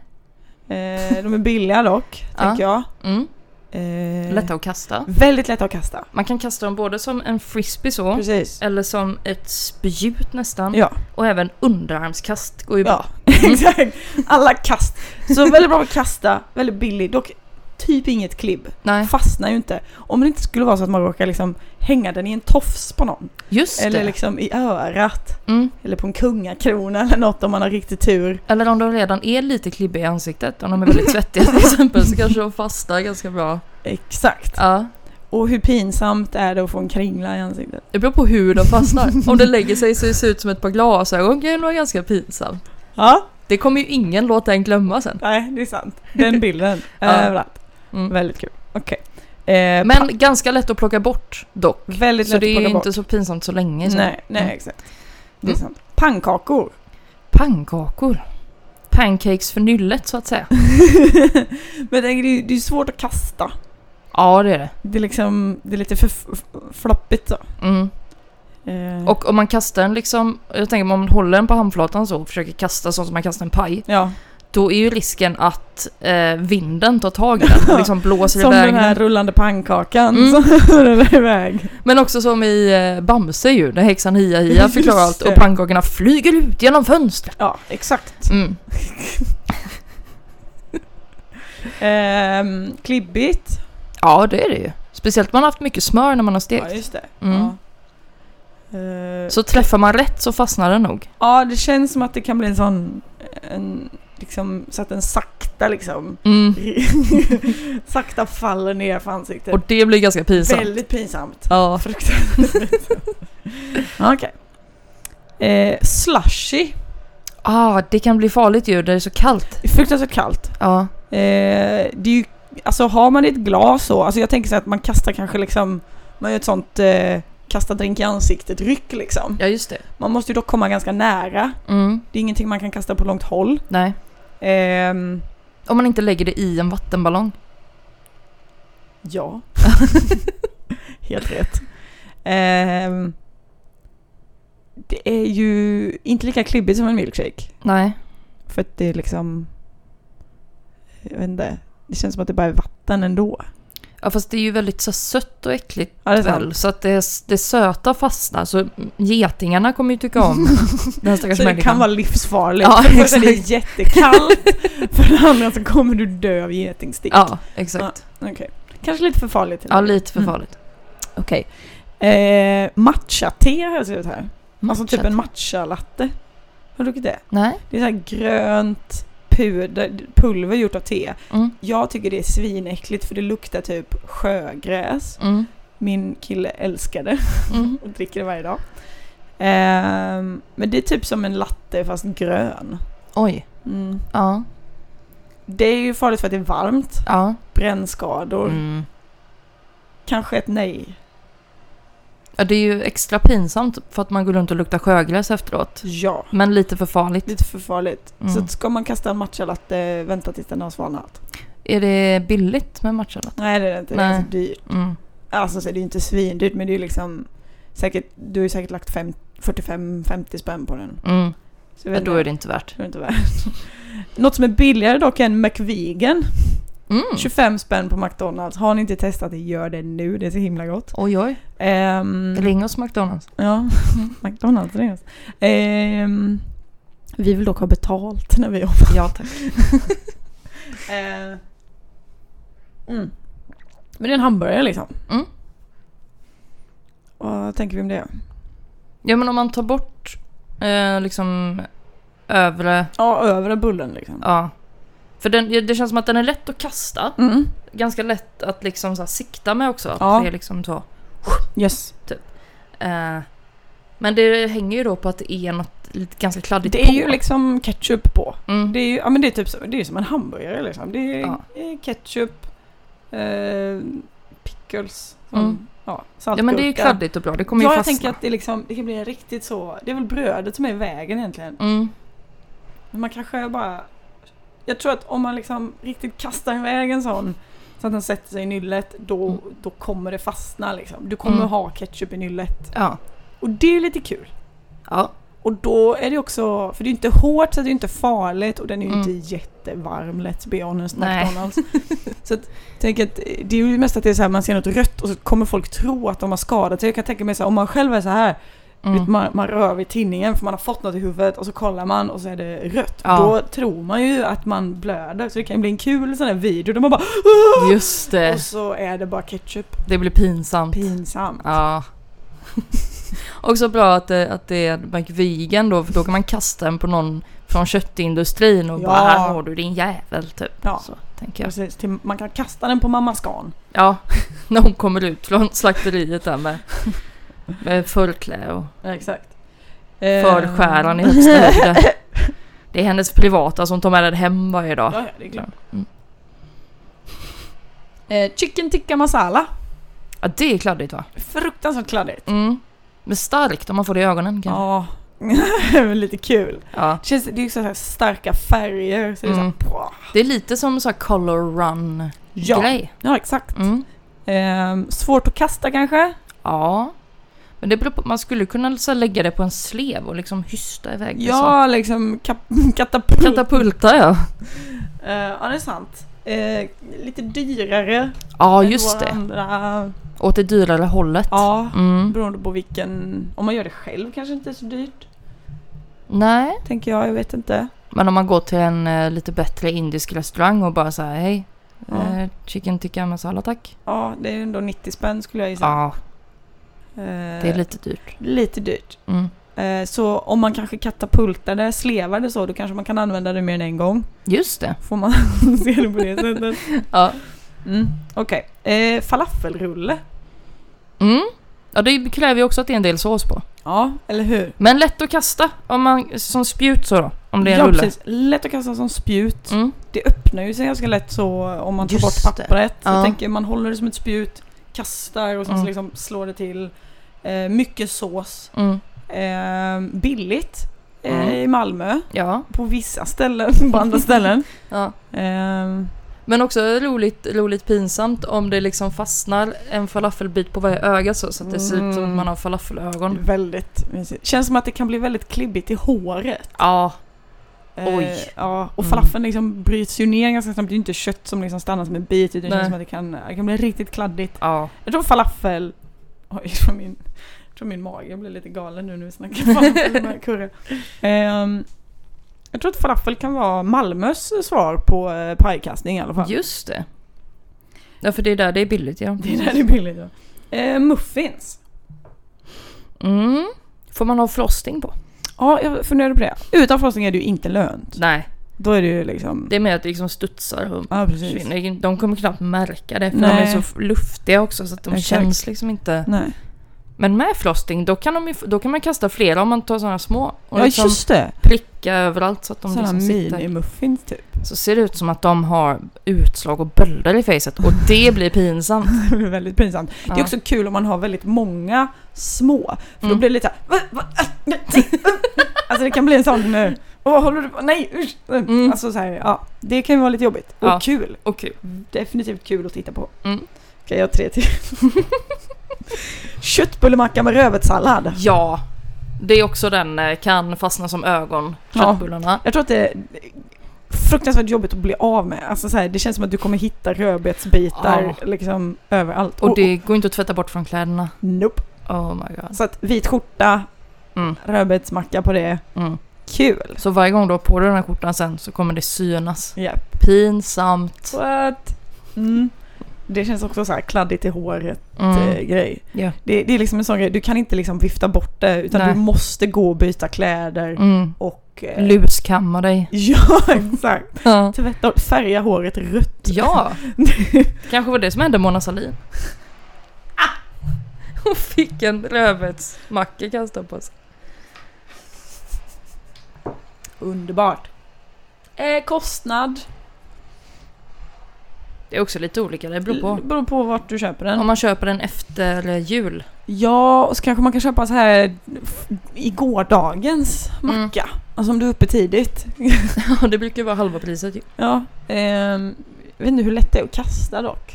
[SPEAKER 1] Eh, de är billiga dock,
[SPEAKER 2] Ja.
[SPEAKER 1] tänker jag.
[SPEAKER 2] Mm.
[SPEAKER 1] Eh,
[SPEAKER 2] Lätta att kasta.
[SPEAKER 1] Väldigt lätta att kasta.
[SPEAKER 2] Man kan kasta dem både som en frisbee så.
[SPEAKER 1] Precis.
[SPEAKER 2] Eller som ett spjut nästan.
[SPEAKER 1] Ja,
[SPEAKER 2] Och även underarmskast går ju bra.
[SPEAKER 1] ja.
[SPEAKER 2] Mm.
[SPEAKER 1] exakt. Alla kast. Så väldigt bra att kasta, väldigt billig, dock typ inget klibb.
[SPEAKER 2] Nej,
[SPEAKER 1] Fastnar ju inte. Om det inte skulle vara så att man råkar liksom hänga den i en tofs på någon.
[SPEAKER 2] just
[SPEAKER 1] Eller
[SPEAKER 2] det.
[SPEAKER 1] liksom i örat.
[SPEAKER 2] Mm.
[SPEAKER 1] Eller på en kungakrona eller något om man har riktig tur.
[SPEAKER 2] Eller om de redan är lite klibbiga i ansiktet, om de är väldigt svettiga till exempel, så kanske de fastnar ganska bra.
[SPEAKER 1] Exakt.
[SPEAKER 2] Ja.
[SPEAKER 1] Och hur pinsamt är det att få en kringla i ansiktet?
[SPEAKER 2] Det beror på hur de fastnar. Om det lägger sig så det ser ut som ett par glasögon kan det vara ganska pinsamt.
[SPEAKER 1] Ja,
[SPEAKER 2] Det kommer ju ingen låta en glömma sen.
[SPEAKER 1] nej det är sant. Den bilden.
[SPEAKER 2] Ja.
[SPEAKER 1] Överallt.
[SPEAKER 2] Mm.
[SPEAKER 1] Väldigt kul. Okej. Eh,
[SPEAKER 2] Men ganska lätt att plocka bort dock.
[SPEAKER 1] väldigt
[SPEAKER 2] Så
[SPEAKER 1] lätt
[SPEAKER 2] det
[SPEAKER 1] att
[SPEAKER 2] är ju
[SPEAKER 1] plocka bort.
[SPEAKER 2] inte så pinsamt så länge. Så.
[SPEAKER 1] Nej, nej
[SPEAKER 2] Mm.
[SPEAKER 1] exakt. Det är
[SPEAKER 2] Mm.
[SPEAKER 1] sant. Pannkakor.
[SPEAKER 2] Pannkakor. Pancakes för nyllet så att säga.
[SPEAKER 1] Men det är ju det är svårt att kasta.
[SPEAKER 2] Ja det är det.
[SPEAKER 1] Det är liksom, det är lite för f- f- floppigt så.
[SPEAKER 2] Mm.
[SPEAKER 1] Eh,
[SPEAKER 2] Och om man kastar den liksom, jag tänker om man håller den på handflatan så och försöker kasta så som man kastar en paj.
[SPEAKER 1] ja,
[SPEAKER 2] Då är ju risken att eh, vinden tar tag i den och liksom blåser
[SPEAKER 1] som
[SPEAKER 2] iväg
[SPEAKER 1] den här
[SPEAKER 2] den.
[SPEAKER 1] rullande pannkakan som
[SPEAKER 2] Mm.
[SPEAKER 1] rullar iväg.
[SPEAKER 2] Men också som i eh, Bamse ju, när häxan Hia Hia
[SPEAKER 1] Just
[SPEAKER 2] förklarar allt
[SPEAKER 1] det.
[SPEAKER 2] och pannkakorna flyger ut genom fönstret.
[SPEAKER 1] Ja, exakt.
[SPEAKER 2] Mm.
[SPEAKER 1] Ehm, klibbigt.
[SPEAKER 2] Ja det är det ju. Speciellt om man har haft mycket smör när man har
[SPEAKER 1] Ja,
[SPEAKER 2] stekt.
[SPEAKER 1] just det.
[SPEAKER 2] Mm.
[SPEAKER 1] Ja. Eh,
[SPEAKER 2] Så träffar man rätt så fastnar den nog.
[SPEAKER 1] ja, det känns som att det kan bli en sån en liksom, så att den sakta liksom
[SPEAKER 2] Mm.
[SPEAKER 1] sakta faller ner för ansiktet.
[SPEAKER 2] Och det blir ganska pinsamt.
[SPEAKER 1] Väldigt pinsamt.
[SPEAKER 2] Ja.
[SPEAKER 1] Fruktansvärt pinsamt. Ja, Okej. Eh, slushy.
[SPEAKER 2] Ah, det kan bli farligt ju, det är så kallt.
[SPEAKER 1] Det är fruktansvärt kallt.
[SPEAKER 2] Ja.
[SPEAKER 1] Eh, det är ju, alltså har man ett glas så, alltså jag tänker så här att man kastar kanske liksom, man gör ett sånt eh, kasta drink i ansiktet ryck liksom.
[SPEAKER 2] Ja, just det.
[SPEAKER 1] Man måste ju dock komma ganska nära.
[SPEAKER 2] Mm,
[SPEAKER 1] Det är ingenting man kan kasta på långt håll.
[SPEAKER 2] nej.
[SPEAKER 1] Ehm,
[SPEAKER 2] Om man inte lägger det i en vattenballong.
[SPEAKER 1] ja. Helt rätt. Ehm, det är ju inte lika klibbigt som en milkshake.
[SPEAKER 2] Nej.
[SPEAKER 1] För att det är liksom, jag vet inte, det känns som att det bara är vatten ändå.
[SPEAKER 2] Ja, fast det är ju väldigt så sött och äckligt
[SPEAKER 1] Ja, det är sant.
[SPEAKER 2] väl. Så att det, det söta fastnar, så getingarna kommer ju tycka om den stackars
[SPEAKER 1] Så det kan vara livsfarligt.
[SPEAKER 2] Ja,
[SPEAKER 1] för det första är det
[SPEAKER 2] exakt.
[SPEAKER 1] jättekallt, för det andra så kommer du dö av getingstick.
[SPEAKER 2] Ja, exakt.
[SPEAKER 1] Okej. Kanske lite för farligt. till
[SPEAKER 2] Ja,
[SPEAKER 1] det.
[SPEAKER 2] lite för
[SPEAKER 1] Mm.
[SPEAKER 2] farligt.
[SPEAKER 1] Okej. Eh, matcha-te har jag skrivit här. Alltså typ
[SPEAKER 2] Matchat.
[SPEAKER 1] en matcha-latte. Har du druckit det?
[SPEAKER 2] Nej.
[SPEAKER 1] Det är så här grönt puder, pulver gjort av te.
[SPEAKER 2] Mm.
[SPEAKER 1] Jag tycker det är svinäckligt för det luktar typ sjögräs.
[SPEAKER 2] Mm.
[SPEAKER 1] Min kille älskar det
[SPEAKER 2] Mm.
[SPEAKER 1] och dricker det varje dag. Ehm, men det är typ som en latte fast grön.
[SPEAKER 2] Oj.
[SPEAKER 1] Mm.
[SPEAKER 2] Ja.
[SPEAKER 1] Det är ju farligt för att det är varmt,
[SPEAKER 2] Ja.
[SPEAKER 1] brännskador,
[SPEAKER 2] Mm.
[SPEAKER 1] kanske ett nej.
[SPEAKER 2] ja. Det är ju extra pinsamt för att man går runt och luktar sjögräs efteråt.
[SPEAKER 1] Ja,
[SPEAKER 2] Men lite för farligt.
[SPEAKER 1] lite för farligt.
[SPEAKER 2] Mm.
[SPEAKER 1] Så att ska man kasta en matchalatte, eh, vänta tills den har svalnat?
[SPEAKER 2] Är det billigt med matchalatte?
[SPEAKER 1] Nej det är det inte, det är
[SPEAKER 2] Nej.
[SPEAKER 1] ganska dyrt.
[SPEAKER 2] Mm.
[SPEAKER 1] Alltså så är det är ju inte svindyrt men det är ju liksom säkert, du har ju säkert lagt fem- 45-50 spänn på den.
[SPEAKER 2] Mm.
[SPEAKER 1] Så jag
[SPEAKER 2] Ja,
[SPEAKER 1] vet
[SPEAKER 2] då
[SPEAKER 1] inte,
[SPEAKER 2] är det inte värt.
[SPEAKER 1] tror jag inte värt. Något som är billigare dock är en McVegan.
[SPEAKER 2] Mm.
[SPEAKER 1] 25 spänn på McDonalds. Har ni inte testat det, gör det nu. Det är så himla gott.
[SPEAKER 2] Oj, oj.
[SPEAKER 1] Ehm,
[SPEAKER 2] Ring oss McDonalds.
[SPEAKER 1] Ja, McDonalds det är oss. Ehm, vi vill dock ha betalt när vi jobbar.
[SPEAKER 2] Ja, tack.
[SPEAKER 1] Ehm, mm. Men det är en hamburgare liksom.
[SPEAKER 2] Mm.
[SPEAKER 1] Vad tänker vi om det?
[SPEAKER 2] Ja, men om man tar bort eh, liksom övre...
[SPEAKER 1] Ja, övre bullen liksom.
[SPEAKER 2] Ja. För den, ja, det känns som att den är lätt att kasta.
[SPEAKER 1] Mm.
[SPEAKER 2] Ganska lätt att liksom så här, sikta med också.
[SPEAKER 1] Ja.
[SPEAKER 2] Det är liksom så.
[SPEAKER 1] Yes.
[SPEAKER 2] Eh, men det hänger ju då på att det är något lite ganska kladdigt
[SPEAKER 1] Det är
[SPEAKER 2] på.
[SPEAKER 1] ju liksom ketchup på.
[SPEAKER 2] Mm.
[SPEAKER 1] Det är ju ja, men det är typ så, det är ju som en hamburgare liksom. Det är
[SPEAKER 2] Ja.
[SPEAKER 1] eh, ketchup, eh, pickles, som,
[SPEAKER 2] Mm.
[SPEAKER 1] ja,
[SPEAKER 2] Ja, men det är ju
[SPEAKER 1] saltgurka.
[SPEAKER 2] kladdigt och bra. Det kommer
[SPEAKER 1] ja,
[SPEAKER 2] ju
[SPEAKER 1] jag
[SPEAKER 2] fastna.
[SPEAKER 1] tänker att det, liksom, det kan bli en riktigt så... Det är väl brödet som är i vägen egentligen.
[SPEAKER 2] Mm.
[SPEAKER 1] Men man kanske bara... Jag tror att om man liksom riktigt kastar iväg en sån så att den sätter sig i nyllet, då,
[SPEAKER 2] Mm.
[SPEAKER 1] då kommer det fastna liksom. Du kommer
[SPEAKER 2] Mm.
[SPEAKER 1] ha ketchup i nyllet.
[SPEAKER 2] Ja.
[SPEAKER 1] Och det är ju lite kul.
[SPEAKER 2] Ja.
[SPEAKER 1] Och då är det också, för det är ju inte hårt så det är ju inte farligt och den är ju
[SPEAKER 2] Mm.
[SPEAKER 1] inte jättevarm, let's be honest,
[SPEAKER 2] Nej.
[SPEAKER 1] McDonalds. så att, tänk att eh, det är ju mest att det är så här, man ser något rött och så kommer folk tro att de har skadat sig. Jag kan tänka mig så här, om man själv är så här, Vet,
[SPEAKER 2] Mm.
[SPEAKER 1] Man, man rör vid tinningen för man har fått något i huvudet och så kollar man och så är det rött.
[SPEAKER 2] Ja.
[SPEAKER 1] Då tror man ju att man blöder så det kan ju bli en kul sån här video där man bara
[SPEAKER 2] Just
[SPEAKER 1] Och
[SPEAKER 2] det.
[SPEAKER 1] så är det bara ketchup.
[SPEAKER 2] Det blir pinsamt.
[SPEAKER 1] Pinsamt.
[SPEAKER 2] Ja. Också bra att det, att det är McVegan då, för då kan man kasta den på någon från köttindustrin och
[SPEAKER 1] Ja.
[SPEAKER 2] bara här har du din jävel typ.
[SPEAKER 1] Ja.
[SPEAKER 2] Så tänker jag.
[SPEAKER 1] Precis, till, man kan kasta den på mamma Scan.
[SPEAKER 2] Ja, när hon kommer ut från slakteriet där med, med förklä och
[SPEAKER 1] Exakt. Eh,
[SPEAKER 2] förskäran i högsta höjden. Det är hennes privata som tar med den hem varje
[SPEAKER 1] Ja,
[SPEAKER 2] dag.
[SPEAKER 1] ja, det är klart.
[SPEAKER 2] Mm.
[SPEAKER 1] Eh, chicken tikka masala.
[SPEAKER 2] Ja, det är kladdigt va?
[SPEAKER 1] Fruktansvärt kladdigt.
[SPEAKER 2] Mm. Men starkt om man får det i ögonen kanske.
[SPEAKER 1] Ja, det är väl lite kul.
[SPEAKER 2] Ja.
[SPEAKER 1] Det, känns, det är ju också så här starka färger. Så det är
[SPEAKER 2] Mm.
[SPEAKER 1] så här,
[SPEAKER 2] Det är lite som så här color
[SPEAKER 1] Ja.
[SPEAKER 2] run-grej.
[SPEAKER 1] ja, exakt.
[SPEAKER 2] Mm.
[SPEAKER 1] Ehm, svårt att kasta kanske?
[SPEAKER 2] Ja. Men det beror på, man skulle kunna så här lägga det på en slev och liksom hysta iväg det
[SPEAKER 1] Ja, liksom kap-
[SPEAKER 2] så.
[SPEAKER 1] katapult.
[SPEAKER 2] Katapulta ja.
[SPEAKER 1] Eh, ja, det är sant. Eh, lite dyrare.
[SPEAKER 2] Ja,
[SPEAKER 1] än
[SPEAKER 2] just
[SPEAKER 1] våra
[SPEAKER 2] det.
[SPEAKER 1] Andra.
[SPEAKER 2] Åt det dyrare hållet.
[SPEAKER 1] Ja,
[SPEAKER 2] Mm.
[SPEAKER 1] beroende på vilken... Om man gör det själv kanske inte är så dyrt.
[SPEAKER 2] Nej,
[SPEAKER 1] Tänker jag, jag vet inte.
[SPEAKER 2] men om man går till en eh, lite bättre indisk restaurang och bara säger hej.
[SPEAKER 1] Ja.
[SPEAKER 2] Eh, chicken tikka masala tack.
[SPEAKER 1] Ja, det är ändå 90 spänn skulle jag gissa.
[SPEAKER 2] Ja,
[SPEAKER 1] Eh,
[SPEAKER 2] det är lite dyrt.
[SPEAKER 1] lite dyrt.
[SPEAKER 2] Mm.
[SPEAKER 1] Eh, Så om man kanske katapultade, slevade så, då kanske man kan använda det mer än en gång.
[SPEAKER 2] Just det.
[SPEAKER 1] Får man se det på det sättet.
[SPEAKER 2] Ja.
[SPEAKER 1] Mm, Okej. Eh, falafelrulle.
[SPEAKER 2] Mm. Ja, det kräver ju också att det är en del sås på.
[SPEAKER 1] Ja, eller hur?
[SPEAKER 2] Men lätt att kasta om man, som spjut så då. Om det är en
[SPEAKER 1] ja,
[SPEAKER 2] rulle.
[SPEAKER 1] precis. Lätt att kasta som spjut.
[SPEAKER 2] Mm.
[SPEAKER 1] Det öppnar ju sig ganska lätt så om man tar
[SPEAKER 3] Just
[SPEAKER 1] bort
[SPEAKER 3] det.
[SPEAKER 1] pappret. Så
[SPEAKER 2] Ja.
[SPEAKER 1] Jag tänker man håller det som ett spjut, kastar och sen så
[SPEAKER 2] Mm.
[SPEAKER 1] liksom slår det till. Eh, mycket sås.
[SPEAKER 2] Mm.
[SPEAKER 1] Eh, billigt eh,
[SPEAKER 2] Mm.
[SPEAKER 1] i Malmö.
[SPEAKER 2] Ja.
[SPEAKER 1] På vissa ställen, på andra ställen.
[SPEAKER 2] ja.
[SPEAKER 1] Eh,
[SPEAKER 2] Men också roligt, roligt pinsamt om det liksom fastnar en falafelbit på varje öga så, så att det ser ut som att
[SPEAKER 1] Mm.
[SPEAKER 2] man har falafelögon.
[SPEAKER 1] väldigt mysigt. Känns som att det kan bli väldigt klibbigt i håret.
[SPEAKER 2] Ja.
[SPEAKER 1] Eh,
[SPEAKER 2] Oj.
[SPEAKER 1] Ja, och
[SPEAKER 2] Mm.
[SPEAKER 1] falafeln liksom bryts ju ner ganska snabbt. Det är ju inte kött som liksom stannar som en bit utan det
[SPEAKER 2] Nej.
[SPEAKER 1] känns som att det kan, det kan bli riktigt kladdigt.
[SPEAKER 2] Ja.
[SPEAKER 1] Jag tror falafel... Oj, jag tror min, jag tror min mage blir lite galen nu när vi snackar falafel med kurre. Ehm, jag tror att falafel kan vara Malmös svar på eh, pajkastning i alla fall.
[SPEAKER 2] Just det. Ja, för det är där det är billigt ja.
[SPEAKER 1] Det är där det är billigt. Ja. Eh, muffins.
[SPEAKER 2] Mm. Får man ha frosting på?
[SPEAKER 1] Ja, jag funderade på det. Utan frosting är det ju inte lönt.
[SPEAKER 2] Nej,
[SPEAKER 1] Då är det ju liksom...
[SPEAKER 2] det är mer att det liksom studsar och
[SPEAKER 1] Ja, precis.
[SPEAKER 2] försvinner. De kommer knappt märka det för
[SPEAKER 1] Nej.
[SPEAKER 2] de är så luftiga också så att de
[SPEAKER 1] Exakt.
[SPEAKER 2] känns liksom inte.
[SPEAKER 1] Nej.
[SPEAKER 2] Men med frosting då kan, de ju, då kan man kasta flera om man tar sådana små och
[SPEAKER 1] Ja,
[SPEAKER 2] liksom
[SPEAKER 1] just det.
[SPEAKER 2] pricka överallt så att de
[SPEAKER 1] Sådana
[SPEAKER 2] liksom sitter.
[SPEAKER 1] mini-muffins typ.
[SPEAKER 2] Så ser det ut som att de har utslag och bölder i facet och det blir pinsamt.
[SPEAKER 1] Det blir väldigt pinsamt.
[SPEAKER 2] Ja.
[SPEAKER 1] Det är också kul om man har väldigt många små. För då
[SPEAKER 2] Mm.
[SPEAKER 1] blir det lite såhär... "Va? Va? Ah, nej, nej, uh." Alltså det kan bli en sån nu. Åh, vad håller du på? Nej, usch!
[SPEAKER 2] Mm.
[SPEAKER 1] Alltså så här, ja. Det kan ju vara lite jobbigt. Och
[SPEAKER 2] Ja.
[SPEAKER 1] kul.
[SPEAKER 2] Och kul.
[SPEAKER 1] Definitivt kul att titta på.
[SPEAKER 2] Mm.
[SPEAKER 1] Okej, jag har tre till. Köttbullemacka med rödvetssallad.
[SPEAKER 2] Ja, det är också den eh, kan fastna som ögon,
[SPEAKER 1] Ja.
[SPEAKER 2] köttbullarna.
[SPEAKER 1] Jag tror att det är fruktansvärt jobbigt att bli av med. Alltså så här, det känns som att du kommer hitta rödbetsbitar liksom överallt.
[SPEAKER 2] Och det går inte att tvätta bort från kläderna.
[SPEAKER 1] Nope.
[SPEAKER 2] Oh my god.
[SPEAKER 1] Så att vit skjorta,
[SPEAKER 2] Mm,
[SPEAKER 1] rödbetsmacka på det.
[SPEAKER 2] mm.
[SPEAKER 1] Kul!
[SPEAKER 2] Så varje gång du har på dig den här skjortan sen så kommer det synas.
[SPEAKER 1] Japp.
[SPEAKER 2] Pinsamt.
[SPEAKER 1] What? Mm. Det känns också så här kladdigt i håret eh,
[SPEAKER 2] Mm.
[SPEAKER 1] grej.
[SPEAKER 2] Ja.
[SPEAKER 1] Det, det är liksom en sån grej, du kan inte liksom vifta bort det utan
[SPEAKER 2] Nej.
[SPEAKER 1] du måste gå och byta kläder
[SPEAKER 2] Mm.
[SPEAKER 1] och... eh,
[SPEAKER 2] Luskamma dig.
[SPEAKER 1] ja, exakt!
[SPEAKER 2] Ja.
[SPEAKER 1] Tvätta, färga håret rött.
[SPEAKER 2] ja. Kanske var det som hände Mona Sahlin. Ah! Hon fick en rövetsmacka kastad på sig.
[SPEAKER 1] Underbart! Eh, kostnad?
[SPEAKER 2] Det är också lite olika, det beror på.
[SPEAKER 1] Beror på vart du köper den.
[SPEAKER 2] Om man köper den efter jul.
[SPEAKER 1] Ja, och så kanske man kan köpa så här f- i gårdagens
[SPEAKER 2] Mm.
[SPEAKER 1] macka. Alltså om du är uppe tidigt.
[SPEAKER 2] Ja, det brukar ju vara halva priset ju.
[SPEAKER 1] Ja. ehm, jag vet inte hur lätt det är att kasta dock.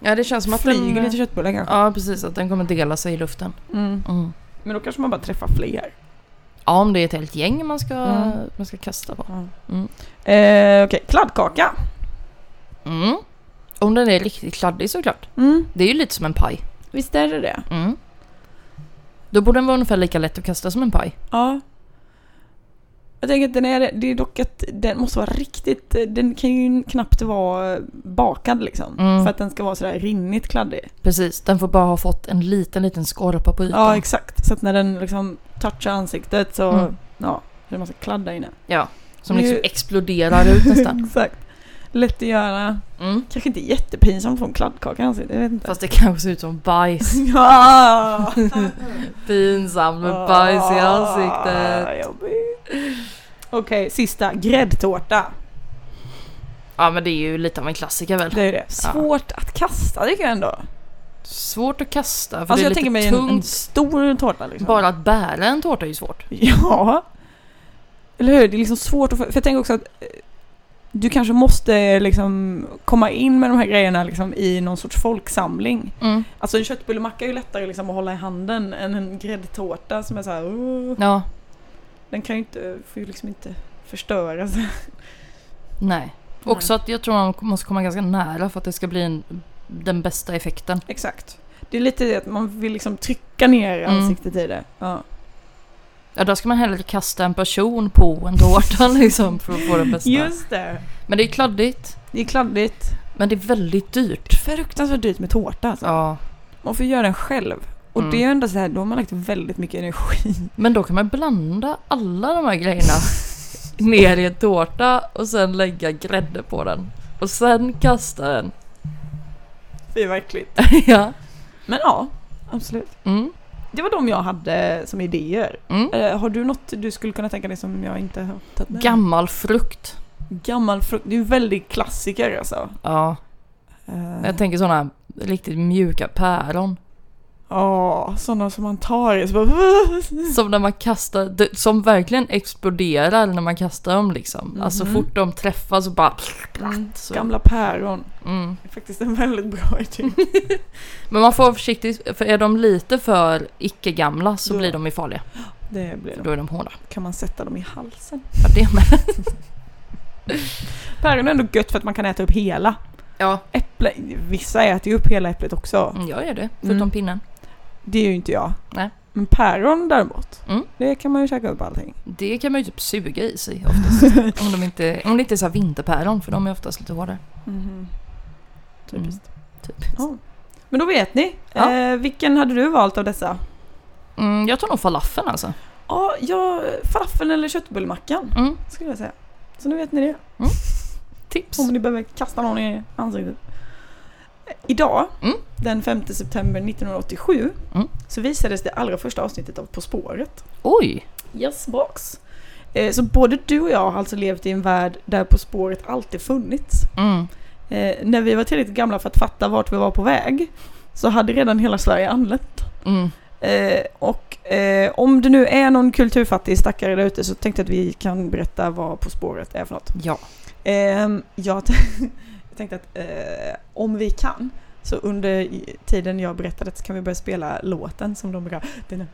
[SPEAKER 2] Ja, det känns som att
[SPEAKER 1] Flyger lite
[SPEAKER 2] den...
[SPEAKER 1] köttbullar kanske.
[SPEAKER 2] Ja, precis. Att den kommer dela sig i luften.
[SPEAKER 1] eh, Mm.
[SPEAKER 2] Mm.
[SPEAKER 1] Men då kanske man bara träffar fler.
[SPEAKER 2] Ja, om det är ett helt gäng man ska,
[SPEAKER 1] Mm.
[SPEAKER 2] man ska kasta på.
[SPEAKER 1] Eh, Okej, kladdkaka.
[SPEAKER 2] Mm. Om den är riktigt kladdig såklart.
[SPEAKER 1] Mm.
[SPEAKER 2] Det är ju lite som en paj.
[SPEAKER 1] Visst är det det?
[SPEAKER 2] Mm. Då borde den vara ungefär lika lätt att kasta som en paj.
[SPEAKER 1] Ja. Jag tänker att den är det. är dock att den måste vara riktigt, eh, den kan ju knappt vara eh, bakad liksom.
[SPEAKER 2] Mm.
[SPEAKER 1] För att den ska vara sådär rinnigt kladdig.
[SPEAKER 2] Precis, den får bara ha fått en liten, liten skorpa på ytan.
[SPEAKER 1] Ja, exakt. Så att när den liksom touchar ansiktet så,
[SPEAKER 2] Mm.
[SPEAKER 1] ja, det är en massa kladda inne.
[SPEAKER 2] ja, som
[SPEAKER 1] Det är
[SPEAKER 2] liksom
[SPEAKER 1] ju-
[SPEAKER 2] exploderar ut nästan.
[SPEAKER 1] exakt. Lätt att göra.
[SPEAKER 2] Mm.
[SPEAKER 1] Kanske inte jättepinsamt från kladdkaka i ansiktet, jag vet inte.
[SPEAKER 2] Fast det kanske ser ut som bajs.
[SPEAKER 1] Ja!
[SPEAKER 2] Pinsamt med
[SPEAKER 1] Ah.
[SPEAKER 2] bajs i ansiktet.
[SPEAKER 1] Okej, sista. Gräddtårta.
[SPEAKER 2] Ja, men det är ju lite av en klassiker väl?
[SPEAKER 1] Det är ju det. Svårt att kasta tycker jag ändå.
[SPEAKER 2] Svårt att kasta, för
[SPEAKER 1] Alltså
[SPEAKER 2] det är
[SPEAKER 1] jag tänker mig
[SPEAKER 2] lite
[SPEAKER 1] en, en
[SPEAKER 2] tungt.
[SPEAKER 1] stor tårta liksom.
[SPEAKER 2] Bara att bära en tårta är ju svårt.
[SPEAKER 1] Ja. Eller hur? Det är liksom svårt att... få- För jag tänker också att eh, du kanske måste liksom komma in med de här grejerna liksom i någon sorts folksamling.
[SPEAKER 2] Mm.
[SPEAKER 1] Alltså en köttbullemacka är ju lättare liksom att hålla i handen än en gräddtårta som är så här... "Åh."
[SPEAKER 2] Ja,
[SPEAKER 1] Den kan ju inte... Får ju liksom inte förstöras.
[SPEAKER 2] nej. Också att jag tror man måste komma ganska nära för att det ska bli en, den bästa effekten.
[SPEAKER 1] Exakt. Det är lite det att man vill liksom trycka ner
[SPEAKER 2] Mm.
[SPEAKER 1] ansiktet i det. Ja.
[SPEAKER 2] Ja, då ska man hellre kasta en person på en tårta liksom för att få den bästa.
[SPEAKER 1] Just det.
[SPEAKER 2] Men det är kladdigt.
[SPEAKER 1] Det är kladdigt.
[SPEAKER 2] Men det är väldigt dyrt.
[SPEAKER 1] Fruktansvärt dyrt med tårta alltså.
[SPEAKER 2] Ja.
[SPEAKER 1] Man får göra den själv. Och
[SPEAKER 2] Mm.
[SPEAKER 1] det är ju ändå så här, då har man lagt väldigt mycket energi.
[SPEAKER 2] Men då kan man blanda alla de här grejerna ner i en tårta och sen lägga grädde på den. Och sen kasta den.
[SPEAKER 1] Det är verkligt.
[SPEAKER 2] ja.
[SPEAKER 1] Men ja, absolut.
[SPEAKER 2] Mm.
[SPEAKER 1] Det var de jag hade som idéer.
[SPEAKER 2] Mm.
[SPEAKER 1] Eh, har du något du skulle kunna tänka dig som jag inte har tagit med?
[SPEAKER 2] Gammal frukt.
[SPEAKER 1] Gammal frukt. Det är ju väldigt klassiker alltså.
[SPEAKER 2] Ja.
[SPEAKER 1] Eh,
[SPEAKER 2] Jag tänker sådana här riktigt mjuka päron.
[SPEAKER 1] Ja, sådana som man tar i. Så bara,
[SPEAKER 2] Som när man kastar, d- som verkligen exploderar när man kastar dem liksom. Alltså
[SPEAKER 1] Mhm.
[SPEAKER 2] fort de träffas så bara...
[SPEAKER 1] Mm,
[SPEAKER 2] Så.
[SPEAKER 1] Gamla päron.
[SPEAKER 2] Mm.
[SPEAKER 1] Det är faktiskt en väldigt bra idé.
[SPEAKER 2] Men man får vara försiktig, för är de lite för icke-gamla så
[SPEAKER 1] Då-
[SPEAKER 2] blir de ju farliga.
[SPEAKER 1] Det blir
[SPEAKER 2] För
[SPEAKER 1] det.
[SPEAKER 2] då är de hårda.
[SPEAKER 1] Kan man sätta dem i halsen?
[SPEAKER 2] Ja, det med.
[SPEAKER 1] Päron är ändå gött för att man kan äta upp hela.
[SPEAKER 2] Ja.
[SPEAKER 1] Äpple, vissa äter ju upp hela äpplet också.
[SPEAKER 2] Mm, Jag gör det, förutom
[SPEAKER 1] Mm.
[SPEAKER 2] pinnen.
[SPEAKER 1] Det är ju inte jag.
[SPEAKER 2] Nej.
[SPEAKER 1] Men päron däremot,
[SPEAKER 2] Mm.
[SPEAKER 1] det kan man ju käka upp allting.
[SPEAKER 2] Det kan man ju typ suga i sig oftast. om, de inte, om det inte är så här vinterpäron, för de är oftast lite hårdare.
[SPEAKER 1] Mm-hmm. Typiskt.
[SPEAKER 2] Typ.
[SPEAKER 1] Ja. Men då vet ni.
[SPEAKER 2] Ja.
[SPEAKER 1] Eh, vilken hade du valt av dessa?
[SPEAKER 2] Mm, jag tar nog falafeln alltså.
[SPEAKER 1] Ja, jag, falafeln eller köttbullmackan
[SPEAKER 2] Mm,
[SPEAKER 1] skulle jag säga. Så nu vet ni det.
[SPEAKER 2] tips.
[SPEAKER 1] Om ni behöver kasta någon i ansiktet. Idag,
[SPEAKER 2] Mm.
[SPEAKER 1] den 5 september 1987,
[SPEAKER 2] Mm.
[SPEAKER 1] så visades det allra första avsnittet av På spåret.
[SPEAKER 2] Oj!
[SPEAKER 1] Yes box. Eh, Så både du och jag har alltså levt i en värld där På spåret alltid funnits.
[SPEAKER 2] Mm.
[SPEAKER 1] Eh, När vi var tillräckligt gamla för att fatta vart vi var på väg så hade redan hela Sverige anlänt.
[SPEAKER 2] Mm.
[SPEAKER 1] Eh, Och eh, om det nu är någon kulturfattig stackare där ute så tänkte jag att vi kan berätta vad På spåret är för något.
[SPEAKER 2] Ja.
[SPEAKER 1] Ehm, jag, t- jag tänkte att eh, om vi kan så under i- tiden jag berättade så kan vi börja spela låten som de brukar... Den är,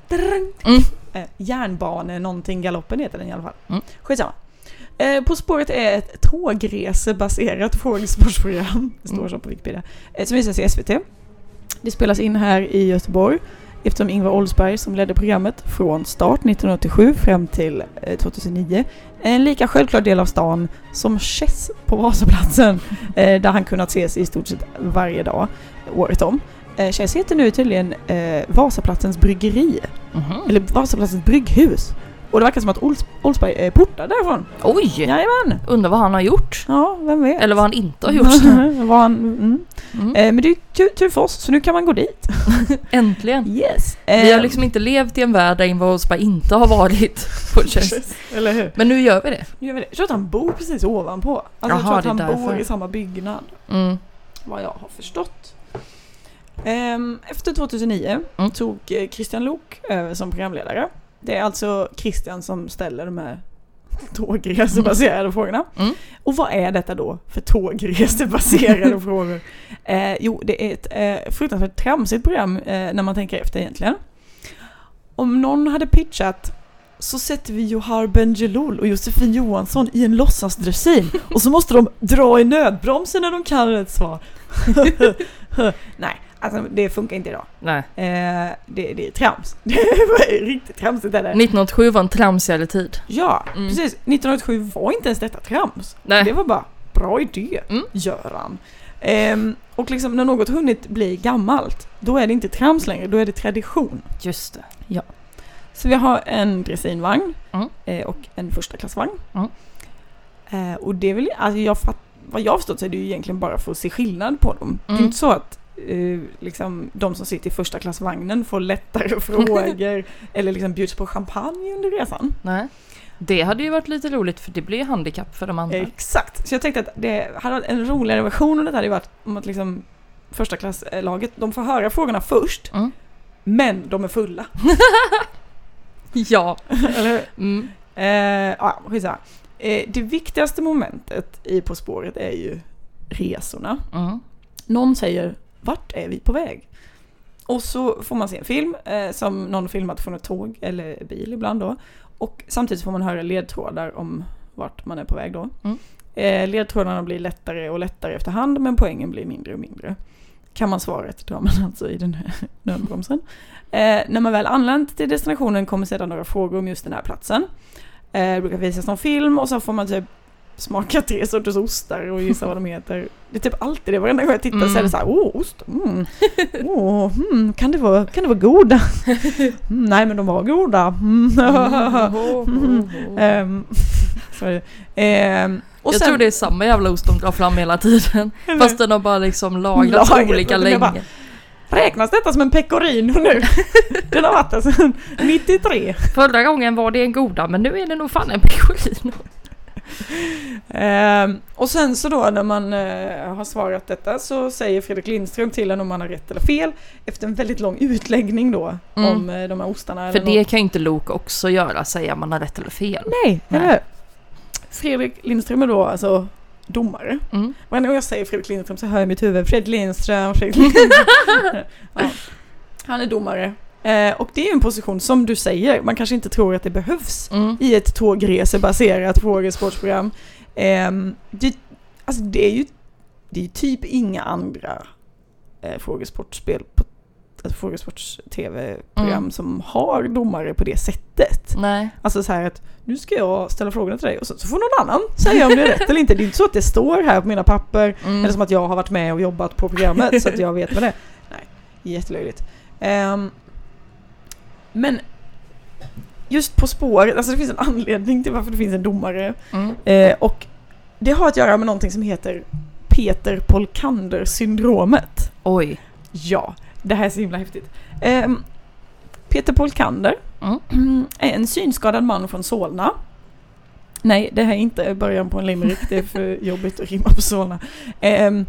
[SPEAKER 2] Mm.
[SPEAKER 1] eh, järnbane någonting galoppen heter den i alla fall.
[SPEAKER 2] Mm.
[SPEAKER 1] Skitsamma. Eh, på spåret är ett tågresebaserat frågesportprogram, det står
[SPEAKER 2] Mm.
[SPEAKER 1] så på Wikipedia, eh, som visas i SVT. Det spelas in här i Göteborg eftersom Ingvar Oldsberg som ledde programmet från start 1987 fram till eh, 2009 är en lika självklar del av stan som Chess på Vasaplatsen eh, där han kunnat ses i stort sett varje dag året om. Eh, Chess heter nu tydligen eh, Vasaplatsens bryggeri
[SPEAKER 2] Mhm.
[SPEAKER 1] eller Vasaplatsens brygghus. Och det verkar som att Ols- Oldsberg är portad därifrån.
[SPEAKER 2] Oj!
[SPEAKER 1] Jajamän!
[SPEAKER 2] Undrar vad han har gjort.
[SPEAKER 1] Ja, vem vet?
[SPEAKER 2] Eller vad han inte har gjort.
[SPEAKER 1] Vad han, mm.
[SPEAKER 2] Mm.
[SPEAKER 1] eh, men det är ju tur, tur för oss, så nu kan man gå dit.
[SPEAKER 2] Äntligen!
[SPEAKER 1] Yes! Eh,
[SPEAKER 2] Vi har liksom inte levt i en värld där Ingvar Oldsberg inte har varit på tjänst.
[SPEAKER 1] Eller hur?
[SPEAKER 2] Men nu gör vi det.
[SPEAKER 1] Nu gör vi det. Jag tror att han bor precis ovanpå. Alltså
[SPEAKER 2] Jaha,
[SPEAKER 1] jag tror att
[SPEAKER 2] det är
[SPEAKER 1] han bor
[SPEAKER 2] därför.
[SPEAKER 1] i samma byggnad,
[SPEAKER 2] Mm.
[SPEAKER 1] vad jag har förstått. Ehm, efter 2009
[SPEAKER 2] Mm.
[SPEAKER 1] tog eh, Christian Lok över som programledare. Det är alltså Christian som ställer de här tågresebaserade frågorna.
[SPEAKER 2] Mm.
[SPEAKER 1] Och vad är detta då för tågresebaserade frågor? Eh, jo, det är ett eh, fruktansvärt tramsigt program eh, när man tänker efter egentligen. Om någon hade pitchat så sätter vi Johar Bendjelloul och Josefin Johansson i en låtsasdressin och så måste de dra i nödbromsen när de kan ett svar. Nej, alltså det funkar inte idag.
[SPEAKER 2] Nej.
[SPEAKER 1] Eh, det, det är trams. Det är riktigt tramsigt är det.
[SPEAKER 2] 1987 var en tramsigare tid.
[SPEAKER 1] Ja,
[SPEAKER 2] Mm.
[SPEAKER 1] precis. 1987 var inte ens detta trams.
[SPEAKER 2] Nej.
[SPEAKER 1] Det var bara bra idé,
[SPEAKER 2] Mm.
[SPEAKER 1] Göran. Ehm, och liksom när något hunnit bli gammalt, då är det inte trams längre, då är det tradition.
[SPEAKER 2] Just det.
[SPEAKER 1] Så vi har en dressinvagn
[SPEAKER 2] Mm.
[SPEAKER 1] eh, och en första klassvagn.
[SPEAKER 2] Mm.
[SPEAKER 1] Eh, och det är väl, alltså jag fatt, vad jag har förstått så är det ju egentligen bara för att se skillnad på dem. Det är ju
[SPEAKER 2] Mm.
[SPEAKER 1] inte så att eh, liksom, de som sitter i första klassvagnen får lättare frågor eller liksom bjuds på champagne under resan.
[SPEAKER 2] Nej. Det hade ju varit lite roligt för det blir ju handikapp för de andra.
[SPEAKER 1] Exakt, så jag tänkte att det hade varit en roligare version av det hade ju varit om att liksom första klasslaget, de får höra frågorna först,
[SPEAKER 2] Mm.
[SPEAKER 1] men de är fulla.
[SPEAKER 2] Ja.
[SPEAKER 1] Eller hur?
[SPEAKER 2] Mm.
[SPEAKER 1] Eh, ja, skitsamma. Eh, det viktigaste momentet i På spåret är ju resorna.
[SPEAKER 2] Mm.
[SPEAKER 1] Någon säger vart är vi på väg? Och så får man se en film eh, som någon filmat från ett tåg eller bil ibland då. Och samtidigt får man höra ledtrådar om vart man är på väg då.
[SPEAKER 2] Mm.
[SPEAKER 1] Eh, ledtrådarna blir lättare och lättare efterhand men poängen blir mindre och mindre. Kan man svaret drar man alltså i den här nödbromsen. Eh, när man väl anlänt till destinationen kommer sedan några frågor om just den här platsen. Eh, det brukar visas någon film och så får man typ smaka tre sorters ostar och gissa vad de heter. Det är typ alltid det, varenda gång jag tittar så är det
[SPEAKER 2] Mm.
[SPEAKER 1] så här, åh ost, mm. Åh, mm. Kan, det vara, kan det vara goda? Mm, nej men de var goda. Mm. Ehm, sorry. Ehm, och
[SPEAKER 2] Mm. jag
[SPEAKER 1] sen-
[SPEAKER 2] tror det är samma jävla ost de drar fram hela tiden. Fast den har bara liksom lagrats
[SPEAKER 1] Lagrat,
[SPEAKER 2] olika
[SPEAKER 1] men jag
[SPEAKER 2] länge.
[SPEAKER 1] bara- Räknas detta som en pecorino nu? Den har varit där sedan 93.
[SPEAKER 2] Förra gången var det en goda men nu är det nog fan en pecorino.
[SPEAKER 1] Ehm, och sen så då när man eh, har svarat detta så säger Fredrik Lindström till en om man har rätt eller fel efter en väldigt lång utläggning då
[SPEAKER 2] Mm.
[SPEAKER 1] om eh, de här ostarna.
[SPEAKER 2] För
[SPEAKER 1] eller
[SPEAKER 2] det
[SPEAKER 1] något.
[SPEAKER 2] kan ju inte Lok också göra, säga om man har rätt eller fel.
[SPEAKER 1] Nej,
[SPEAKER 2] Nej.
[SPEAKER 1] eller hur? Fredrik Lindström är då alltså domare.
[SPEAKER 2] Mm.
[SPEAKER 1] Varenda gång jag säger Fredrik Lindström så hör jag i mitt huvud Fredrik Lindström, Fredrik Lindström. ja. Han är domare. Eh, och det är ju en position som du säger, man kanske inte tror att det behövs
[SPEAKER 2] Mm.
[SPEAKER 1] i ett tågresebaserat frågesportprogram. Ehm, det, alltså det är ju det är typ inga andra eh, frågesportspel på alltså frågesports-tv-program
[SPEAKER 2] Mm.
[SPEAKER 1] som har domare på det sättet.
[SPEAKER 2] Nej.
[SPEAKER 1] Alltså så här att nu ska jag ställa frågorna till dig och så, så får någon annan säga om det är rätt eller inte. Det är inte så att det står här på mina papper
[SPEAKER 2] Mm.
[SPEAKER 1] eller som att jag har varit med och jobbat på programmet så att jag vet vad det är. Nej, jättelöjligt. Ehm, men just På spåret, alltså det finns en anledning till varför det finns en domare.
[SPEAKER 2] Mm.
[SPEAKER 1] Eh, och det har att göra med någonting som heter Peter Polkander-syndromet.
[SPEAKER 2] Oj.
[SPEAKER 1] Ja, det här är så himla häftigt. Ehm, Peter Polkander
[SPEAKER 2] Mm.
[SPEAKER 1] är en synskadad man från Solna. Nej, det här är inte början på en limerick, det är för jobbigt att rimma på Solna. Ehm,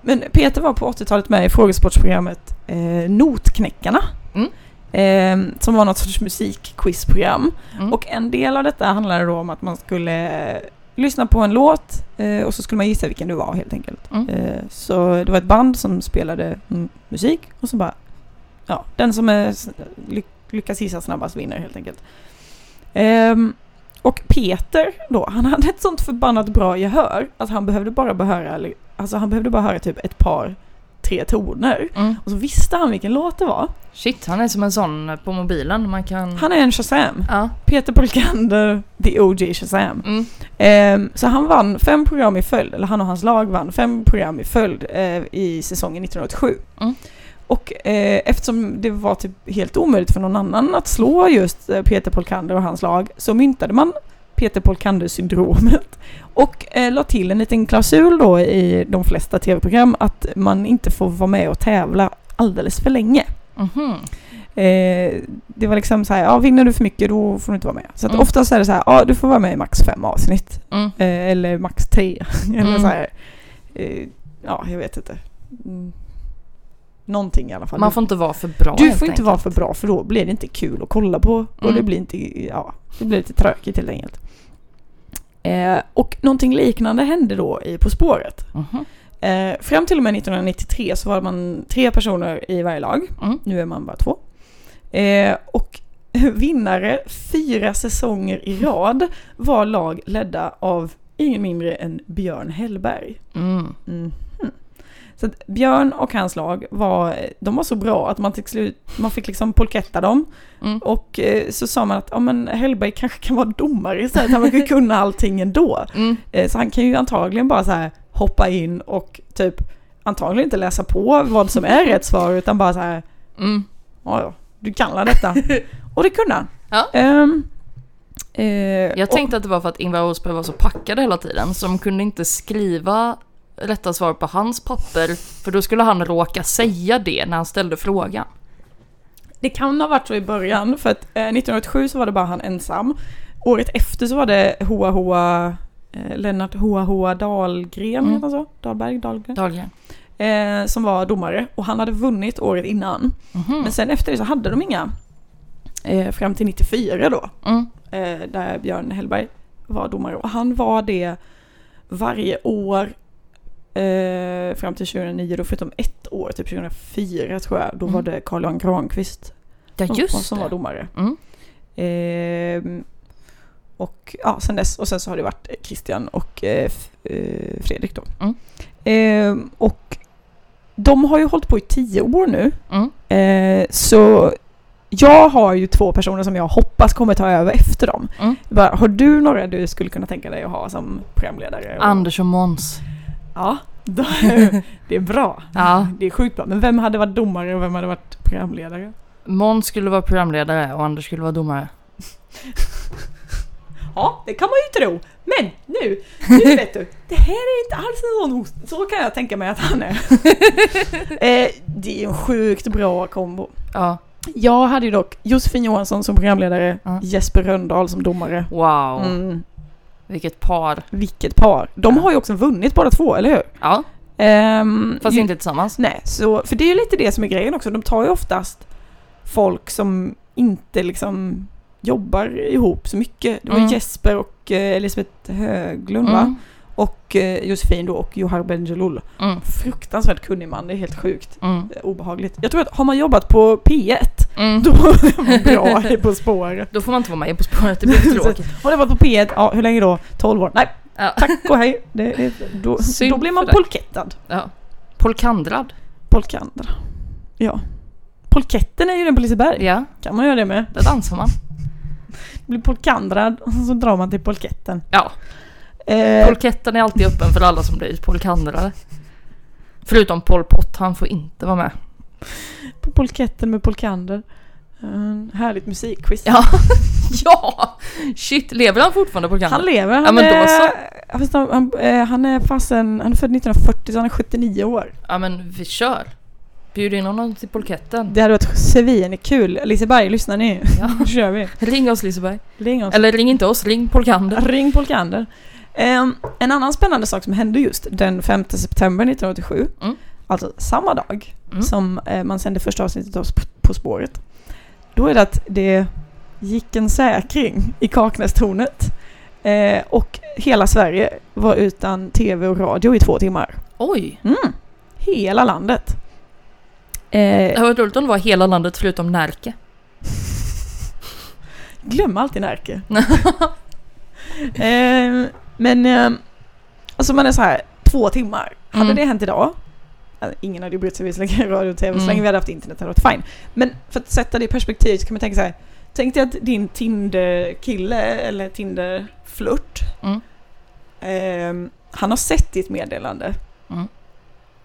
[SPEAKER 1] men Peter var på 80-talet med i frågesportsprogrammet eh, Notknäckarna.
[SPEAKER 2] Mm.
[SPEAKER 1] Ehm, som var något sorts musikquizprogram.
[SPEAKER 2] Mm.
[SPEAKER 1] Och en del av detta handlade då om att man skulle eh, lyssna på en låt eh, och så skulle man gissa vilken det var helt enkelt.
[SPEAKER 2] Mm.
[SPEAKER 1] Eh, Så det var ett band som spelade mm, musik och så bara, ja, den som är, s- ly- lyckas gissa snabbast vinner helt enkelt. Ehm, och Peter då, han hade ett sånt förbannat bra gehör att han behövde bara behöra, eller- alltså han behövde bara höra typ ett par, tre toner.
[SPEAKER 2] Mm.
[SPEAKER 1] Och så visste han vilken låt det var.
[SPEAKER 2] Shit, han är som en sån på mobilen. Man kan...
[SPEAKER 1] Han är en Shazam.
[SPEAKER 2] Ja.
[SPEAKER 1] Peter Polkander, the OG Shazam.
[SPEAKER 2] Mm.
[SPEAKER 1] Ehm, så han vann fem program i följd, eller han och hans lag vann fem program i följd eh, i säsongen 1987.
[SPEAKER 2] Mm.
[SPEAKER 1] Och eh, eftersom det var typ helt omöjligt för någon annan att slå just eh, Peter Polkander och hans lag så myntade man Peter Polkander-syndromet och eh, la till en liten klausul då i de flesta tv-program att man inte får vara med och tävla alldeles för länge.
[SPEAKER 2] Mhm.
[SPEAKER 1] Eh, det var liksom så här, ja, vinner du för mycket då får du inte vara med. Så att
[SPEAKER 2] Mm.
[SPEAKER 1] oftast är det så här, ja, du får vara med i max fem avsnitt.
[SPEAKER 2] Mm.
[SPEAKER 1] Eh, eller max tre. eller
[SPEAKER 2] Mm.
[SPEAKER 1] så här. Eh, ja, jag vet inte. Mm. Någonting i alla fall.
[SPEAKER 2] Man får inte vara för bra
[SPEAKER 1] du
[SPEAKER 2] helt
[SPEAKER 1] får inte
[SPEAKER 2] enkelt.
[SPEAKER 1] vara för bra för då blir det inte kul att kolla på. Och
[SPEAKER 2] Mm.
[SPEAKER 1] det blir inte, ja, det blir lite tråkigt helt enkelt. Eh, och någonting liknande hände då i På spåret.
[SPEAKER 2] Mhm.
[SPEAKER 1] Eh, fram till och med 1993 så var man tre personer i varje lag.
[SPEAKER 2] Mm.
[SPEAKER 1] Nu är man bara två. Eh, och vinnare fyra säsonger i rad var lag ledda av ingen mindre än Björn Hellberg.
[SPEAKER 2] Mm.
[SPEAKER 1] Mhm. Så att Björn och hans lag var, de var så bra att man, till slut, man fick liksom polketta dem.
[SPEAKER 2] Mm.
[SPEAKER 1] Och eh, så sa man att ja, men Hellberg kanske kan vara domare istället, han verkar ju kunna allting ändå.
[SPEAKER 2] Mm.
[SPEAKER 1] Eh, Så han kan ju antagligen bara så här hoppa in och typ antagligen inte läsa på vad som är rätt svar utan bara så här
[SPEAKER 2] Mm.
[SPEAKER 1] ja, ja, du kan la detta. och det kunde han.
[SPEAKER 2] Ja.
[SPEAKER 1] Ehm, eh,
[SPEAKER 2] Jag tänkte att det var för att Ingvar Oldsberg var så packad hela tiden så de kunde inte skriva rätta svar på hans papper för då skulle han råka säga det när han ställde frågan.
[SPEAKER 1] och det kan ha varit så i början, för att eh, 1987 så var det bara han ensam. Året efter så var det Hoa Hoa, eh, Lennart Hoa Hoa Dahlgren,
[SPEAKER 2] Mm.
[SPEAKER 1] heter han så? Dahlberg, Dahlgren.
[SPEAKER 2] Dahlgren.
[SPEAKER 1] Eh, som var domare, och han hade vunnit året innan.
[SPEAKER 2] Mhm.
[SPEAKER 1] Men sen efter det så hade de inga, eh, fram till 94 då.
[SPEAKER 2] Mm.
[SPEAKER 1] eh, där Björn Hellberg var domare. Och han var det varje år eh, fram till 2009, då förutom ett år, typ 2004 tror jag, då var
[SPEAKER 2] Mm.
[SPEAKER 1] det Carl-Johan Granqvist
[SPEAKER 2] Ja
[SPEAKER 1] som,
[SPEAKER 2] just
[SPEAKER 1] som var
[SPEAKER 2] det.
[SPEAKER 1] domare.
[SPEAKER 2] Mm.
[SPEAKER 1] Ehm, och ja, sen dess, och sen så har det varit Christian och eh, F- eh, Fredrik då.
[SPEAKER 2] Mm.
[SPEAKER 1] Ehm, och de har ju hållit på i tio år nu.
[SPEAKER 2] Mm.
[SPEAKER 1] Eh, så jag har ju två personer som jag hoppas hoppas kommer ta över efter dem.
[SPEAKER 2] Mm.
[SPEAKER 1] Bara, har du några du skulle kunna tänka dig att ha som programledare? Och-
[SPEAKER 2] Anders och Måns.
[SPEAKER 1] Ja, då- det är bra.
[SPEAKER 2] Ja.
[SPEAKER 1] Det är sjukt bra. Men vem hade varit domare och vem hade varit programledare?
[SPEAKER 2] Måns skulle vara programledare och Anders skulle vara domare.
[SPEAKER 1] Ja, det kan man ju tro. Men nu, nu vet du. Det här är inte alls en sån host. Så kan jag tänka mig att han är. eh, det är en sjukt bra kombo.
[SPEAKER 2] Ja.
[SPEAKER 1] Jag hade ju dock Josefin Johansson som programledare,
[SPEAKER 2] Ja.
[SPEAKER 1] Jesper Röndahl som domare.
[SPEAKER 2] Wow,
[SPEAKER 1] Mm,
[SPEAKER 2] vilket par.
[SPEAKER 1] vilket par. De har ju också vunnit båda två, eller hur?
[SPEAKER 2] Ja,
[SPEAKER 1] Ehm,
[SPEAKER 2] fast
[SPEAKER 1] ju-
[SPEAKER 2] inte tillsammans.
[SPEAKER 1] Nej, så, för det är ju lite det som är grejen också. De tar ju oftast folk som inte liksom jobbar ihop så mycket. Det var
[SPEAKER 2] Mm.
[SPEAKER 1] Jesper och eh, Elisabeth Höglund va?
[SPEAKER 2] Mm.
[SPEAKER 1] Och eh, Josefin då och Johar Bendjelloul.
[SPEAKER 2] Mm.
[SPEAKER 1] Fruktansvärt kunnig man, det är helt sjukt
[SPEAKER 2] Mm.
[SPEAKER 1] eh, obehagligt. Jag tror att har man jobbat på P1,
[SPEAKER 2] Mm.
[SPEAKER 1] då är man bra i På spåret.
[SPEAKER 2] Då får man inte vara med På spåret, det blir tråkigt.
[SPEAKER 1] Har du varit på P1, ja hur länge då? 12 år? Nej,
[SPEAKER 2] Ja.
[SPEAKER 1] tack och hej. Det är, då,
[SPEAKER 2] Synd
[SPEAKER 1] då blir man
[SPEAKER 2] för dig.
[SPEAKER 1] polkettad.
[SPEAKER 2] Ja. Polkandrad.
[SPEAKER 1] Polkandra. Ja. Polketten är ju den på Liseberg.
[SPEAKER 2] Ja,
[SPEAKER 1] kan man göra det med.
[SPEAKER 2] där dansar man.
[SPEAKER 1] Blir polkandrad och så drar man till polketten.
[SPEAKER 2] Ja.
[SPEAKER 1] Eh,
[SPEAKER 2] Polketten är alltid öppen för alla som blir polkandrade. Förutom Pol Pot, han får inte vara med.
[SPEAKER 1] på polketten med polkander. En härligt musikquiz.
[SPEAKER 2] Ja. Ja! Shit, lever han fortfarande polkandrad?
[SPEAKER 1] Han lever. Han,
[SPEAKER 2] Ja, men då
[SPEAKER 1] är,
[SPEAKER 2] så.
[SPEAKER 1] ja, fast han, han, eh, han är fasen, han är född 1940 så han är 79 år.
[SPEAKER 2] Ja men vi kör! Bjud in honom till polketten.
[SPEAKER 1] Det hade varit svinkul. Liseberg, lyssnar ni?
[SPEAKER 2] Ja.
[SPEAKER 1] Nu kör vi.
[SPEAKER 2] Ring oss Liseberg.
[SPEAKER 1] Ring oss.
[SPEAKER 2] Eller ring inte oss, ring Polkander.
[SPEAKER 1] Ring Polkander. Ehm, en annan spännande sak som hände just den 5 september 1987,
[SPEAKER 2] Mm.
[SPEAKER 1] alltså samma dag
[SPEAKER 2] Mm.
[SPEAKER 1] som eh, man sände första avsnittet av Sp- På spåret, då är det att det gick en säkring i Kaknästornet eh, och hela Sverige var utan tv och radio i två timmar.
[SPEAKER 2] Oj!
[SPEAKER 1] Hela landet. Eh,
[SPEAKER 2] Det hade varit roligt om det var hela landet förutom Närke.
[SPEAKER 1] Glöm alltid Närke. eh, men, eh, alltså man är så här, två timmar. Hade
[SPEAKER 2] Mm.
[SPEAKER 1] det hänt idag, alltså, ingen hade ju brytt sig vid så länge radio och tv, så
[SPEAKER 2] Mm.
[SPEAKER 1] länge vi hade haft internet hade det varit fine. Men för att sätta det i perspektiv så kan man tänka så här, tänk dig att din Tinder-kille eller Tinder-flört,
[SPEAKER 2] Mm.
[SPEAKER 1] ehm, han har sett ditt meddelande,
[SPEAKER 2] Mm.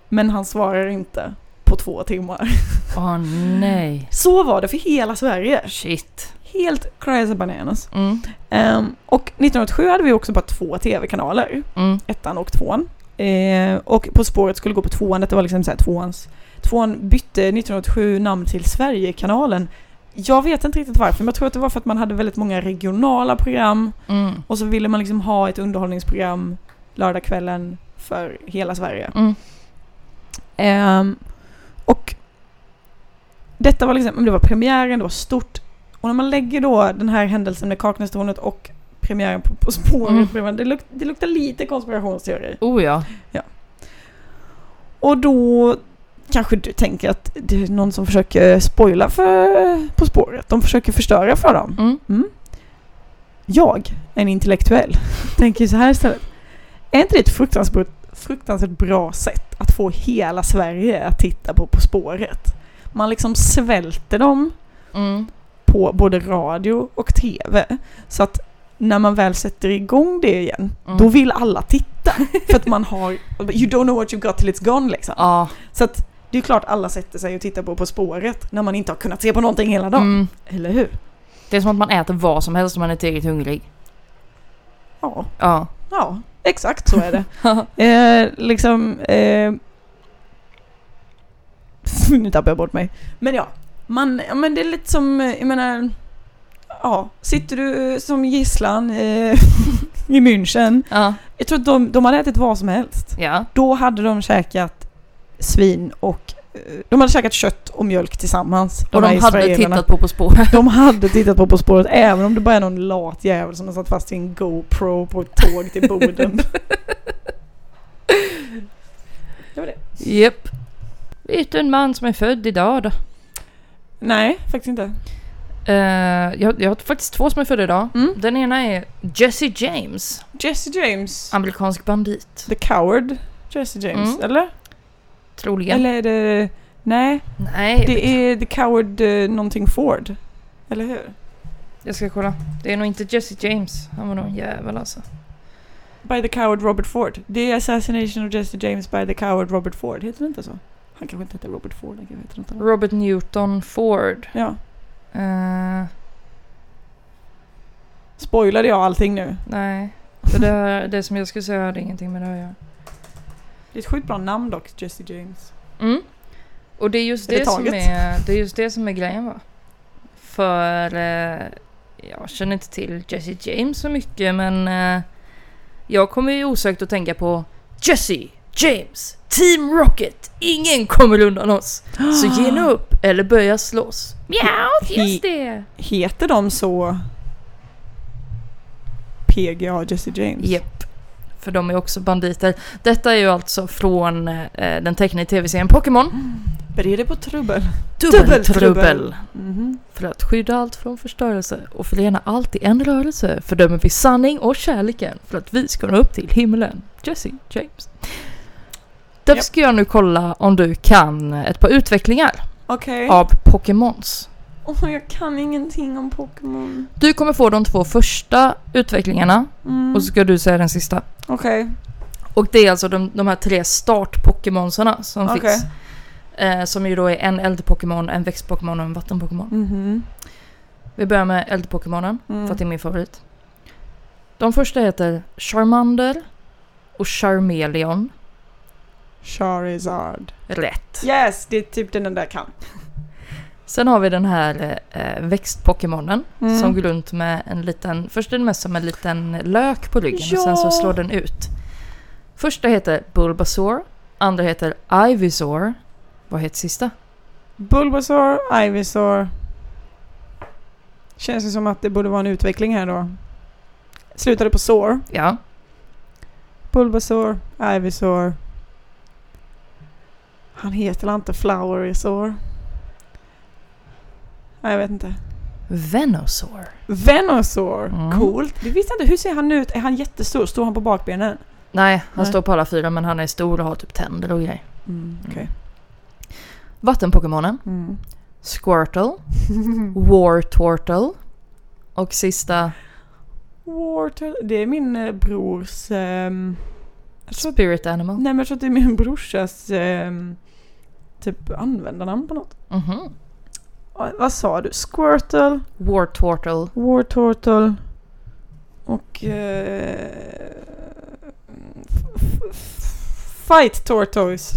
[SPEAKER 1] men han svarar inte på två timmar.
[SPEAKER 2] Åh nej.
[SPEAKER 1] Så var det för hela Sverige.
[SPEAKER 2] Shit.
[SPEAKER 1] Helt crazy bananas.
[SPEAKER 2] Mm,
[SPEAKER 1] Ehm, och 1987 hade vi också bara två tv-kanaler,
[SPEAKER 2] mm,
[SPEAKER 1] ettan och tvåan. Ehm, och På spåret skulle gå på tvåan, det var liksom så här tvåans... Tvåan bytte 1987 namn till Sverigekanalen. Jag vet inte riktigt varför, men jag tror att det var för att man hade väldigt många regionala program
[SPEAKER 2] mm,
[SPEAKER 1] och så ville man liksom ha ett underhållningsprogram lördagskvällen för hela Sverige.
[SPEAKER 2] mm.
[SPEAKER 1] Ehm, och detta var liksom, men det var premiären, det var stort. Och när man lägger då den här händelsen med Kaknästornet och premiären på, på spåret
[SPEAKER 2] Mm.
[SPEAKER 1] bredvid varandra, det, luk, det luktar lite konspirationsteori.
[SPEAKER 2] Oh ja.
[SPEAKER 1] Och då kanske du tänker att det är någon som försöker spoila för På spåret. De försöker förstöra för dem.
[SPEAKER 2] Mm.
[SPEAKER 1] Jag, en intellektuell, tänker ju så här istället. Är inte det ett fruktansvärt, fruktansvärt bra sätt att få hela Sverige att titta på På spåret? Man liksom svälter dem
[SPEAKER 2] Mm.
[SPEAKER 1] på både radio och tv. Så att när man väl sätter igång det igen,
[SPEAKER 2] Mm.
[SPEAKER 1] då vill alla titta. För att man har, you don't know what you've got till it's gone liksom.
[SPEAKER 2] Ja.
[SPEAKER 1] Så att det är klart alla sätter sig och tittar på På spåret när man inte har kunnat se på någonting hela dagen.
[SPEAKER 2] Mm.
[SPEAKER 1] Eller hur?
[SPEAKER 2] Det är som att man äter vad som helst om man är tillräckligt hungrig.
[SPEAKER 1] Ja.
[SPEAKER 2] Ja.
[SPEAKER 1] Ja, exakt så är det. eh, liksom... Eh, nu tappade jag bort mig. Men ja, man, ja, men det är lite som, eh, jag menar... Ja, sitter du som gisslan eh, i München.
[SPEAKER 2] Ja.
[SPEAKER 1] Jag tror att de, de hade ätit vad som helst.
[SPEAKER 2] Ja.
[SPEAKER 1] Då hade de käkat svin och... eh, De hade käkat kött och mjölk tillsammans.
[SPEAKER 2] Och
[SPEAKER 1] här
[SPEAKER 2] de hade
[SPEAKER 1] israelerna.
[SPEAKER 2] tittat på På spåret.
[SPEAKER 1] De hade tittat på På spåret även om det bara är någon lat jävel som har satt fast i en GoPro på ett tåg till Boden. det var det.
[SPEAKER 2] Japp. Vet du en man som är född idag då?
[SPEAKER 1] Nej, faktiskt inte.
[SPEAKER 2] Eh, jag, jag har faktiskt två som är födda idag.
[SPEAKER 1] Mm.
[SPEAKER 2] Den ena är Jesse James.
[SPEAKER 1] Jesse James.
[SPEAKER 2] Amerikansk bandit.
[SPEAKER 1] The Coward. Jesse James,
[SPEAKER 2] Ah. Mm.
[SPEAKER 1] eller?
[SPEAKER 2] Troligen.
[SPEAKER 1] Eller är det... Nej,
[SPEAKER 2] Nej.
[SPEAKER 1] det är The Coward eh, någonting Ford. Eller hur?
[SPEAKER 2] Jag ska kolla. Det är nog inte Jesse James. Han var nog en jävel alltså.
[SPEAKER 1] By the coward Robert Ford. The assassination of Jesse James by the coward Robert Ford. Heter det inte så? Han kanske inte heter Robert Ford. Han kanske heter något annat.
[SPEAKER 2] Robert Newton Ford.
[SPEAKER 1] Ja.
[SPEAKER 2] Eh,
[SPEAKER 1] Spoilade jag allting nu?
[SPEAKER 2] nej. Det, där, det som jag skulle säga hade ingenting med det här att göra.
[SPEAKER 1] Det är ett sjukt bra namn dock, Jesse James.
[SPEAKER 2] Mm. Och det är just
[SPEAKER 1] Är det
[SPEAKER 2] det, som
[SPEAKER 1] taget?
[SPEAKER 2] är, det är just det som är grejen va. För eh, jag känner inte till Jesse James så mycket men eh, jag kommer ju osökt att tänka på Jesse James, Team Rocket, ingen kommer undan oss. Så ge nu upp eller börja slåss. Mjau,
[SPEAKER 1] He-
[SPEAKER 2] just det!
[SPEAKER 1] Heter de så... PGA Jesse James?
[SPEAKER 2] Japp. För de är också banditer. Detta är ju alltså från eh, den tecknade tv-serien Pokémon.
[SPEAKER 1] Bered er på trubbel.
[SPEAKER 2] Dubbeltrubbel.
[SPEAKER 1] Mhm.
[SPEAKER 2] För att skydda allt från förstörelse och förena allt i en rörelse fördömer vi sanning och kärleken för att vi ska nå upp till himlen. Jesse James. Därför
[SPEAKER 1] Japp.
[SPEAKER 2] ska jag nu kolla om du kan ett par utvecklingar
[SPEAKER 1] Okej.
[SPEAKER 2] av Pokémons.
[SPEAKER 1] Åh, jag kan ingenting om Pokémon.
[SPEAKER 2] Du kommer få de två första utvecklingarna
[SPEAKER 1] Mm.
[SPEAKER 2] och så ska du säga den sista.
[SPEAKER 1] Okej.
[SPEAKER 2] Och det är alltså de, de här tre start-Pokémonsarna som
[SPEAKER 1] Okej.
[SPEAKER 2] finns. Eh, som ju då är en eld-Pokémon, en växt-Pokémon och en vatten-Pokémon.
[SPEAKER 1] Mhm.
[SPEAKER 2] Vi börjar med eld-Pokémonen.
[SPEAKER 1] Mm.
[SPEAKER 2] för att det är min favorit. De första heter Charmander och Charmeleon.
[SPEAKER 1] Charizard.
[SPEAKER 2] Rätt.
[SPEAKER 1] Yes, det är typ den där kan.
[SPEAKER 2] Sen har vi den här eh, växtpokémonen
[SPEAKER 1] Mm.
[SPEAKER 2] som går runt med en liten, först är den mest som en liten lök på ryggen och sen
[SPEAKER 1] Ja.
[SPEAKER 2] så slår den ut. Första heter Bulbasaur, andra heter Ivysaur. Vad heter sista?
[SPEAKER 1] Bulbasaur, Ivysaur. Känns det som att det borde vara en utveckling här då. Slutade på Saur.
[SPEAKER 2] Ja.
[SPEAKER 1] Bulbasaur, Ivysaur. Han heter väl inte Flowerysaur? Nej, jag vet inte.
[SPEAKER 2] Venosaur.
[SPEAKER 1] Venosaur!
[SPEAKER 2] Mm.
[SPEAKER 1] Coolt! Det visste jag inte. Hur ser han ut? Är han jättestor? Står han på bakbenen?
[SPEAKER 2] Nej, han
[SPEAKER 1] Nej.
[SPEAKER 2] står på alla fyra men han är stor och har typ tänder och grejer.
[SPEAKER 1] Mm, Okej.
[SPEAKER 2] Vattenpokémonen,
[SPEAKER 1] Mm.
[SPEAKER 2] Squirtle, Wartortle och sista
[SPEAKER 1] Water... Det är min eh, brors... ehm, jag tror-
[SPEAKER 2] Spirit Animal.
[SPEAKER 1] Nej men jag tror att det är min brorsas ehm, typ användarnamn på något.
[SPEAKER 2] Mhm.
[SPEAKER 1] Och Vad sa du? Squirtle,
[SPEAKER 2] Wartortle.
[SPEAKER 1] Wartortle och... Eh, f- f- fight Tortoise.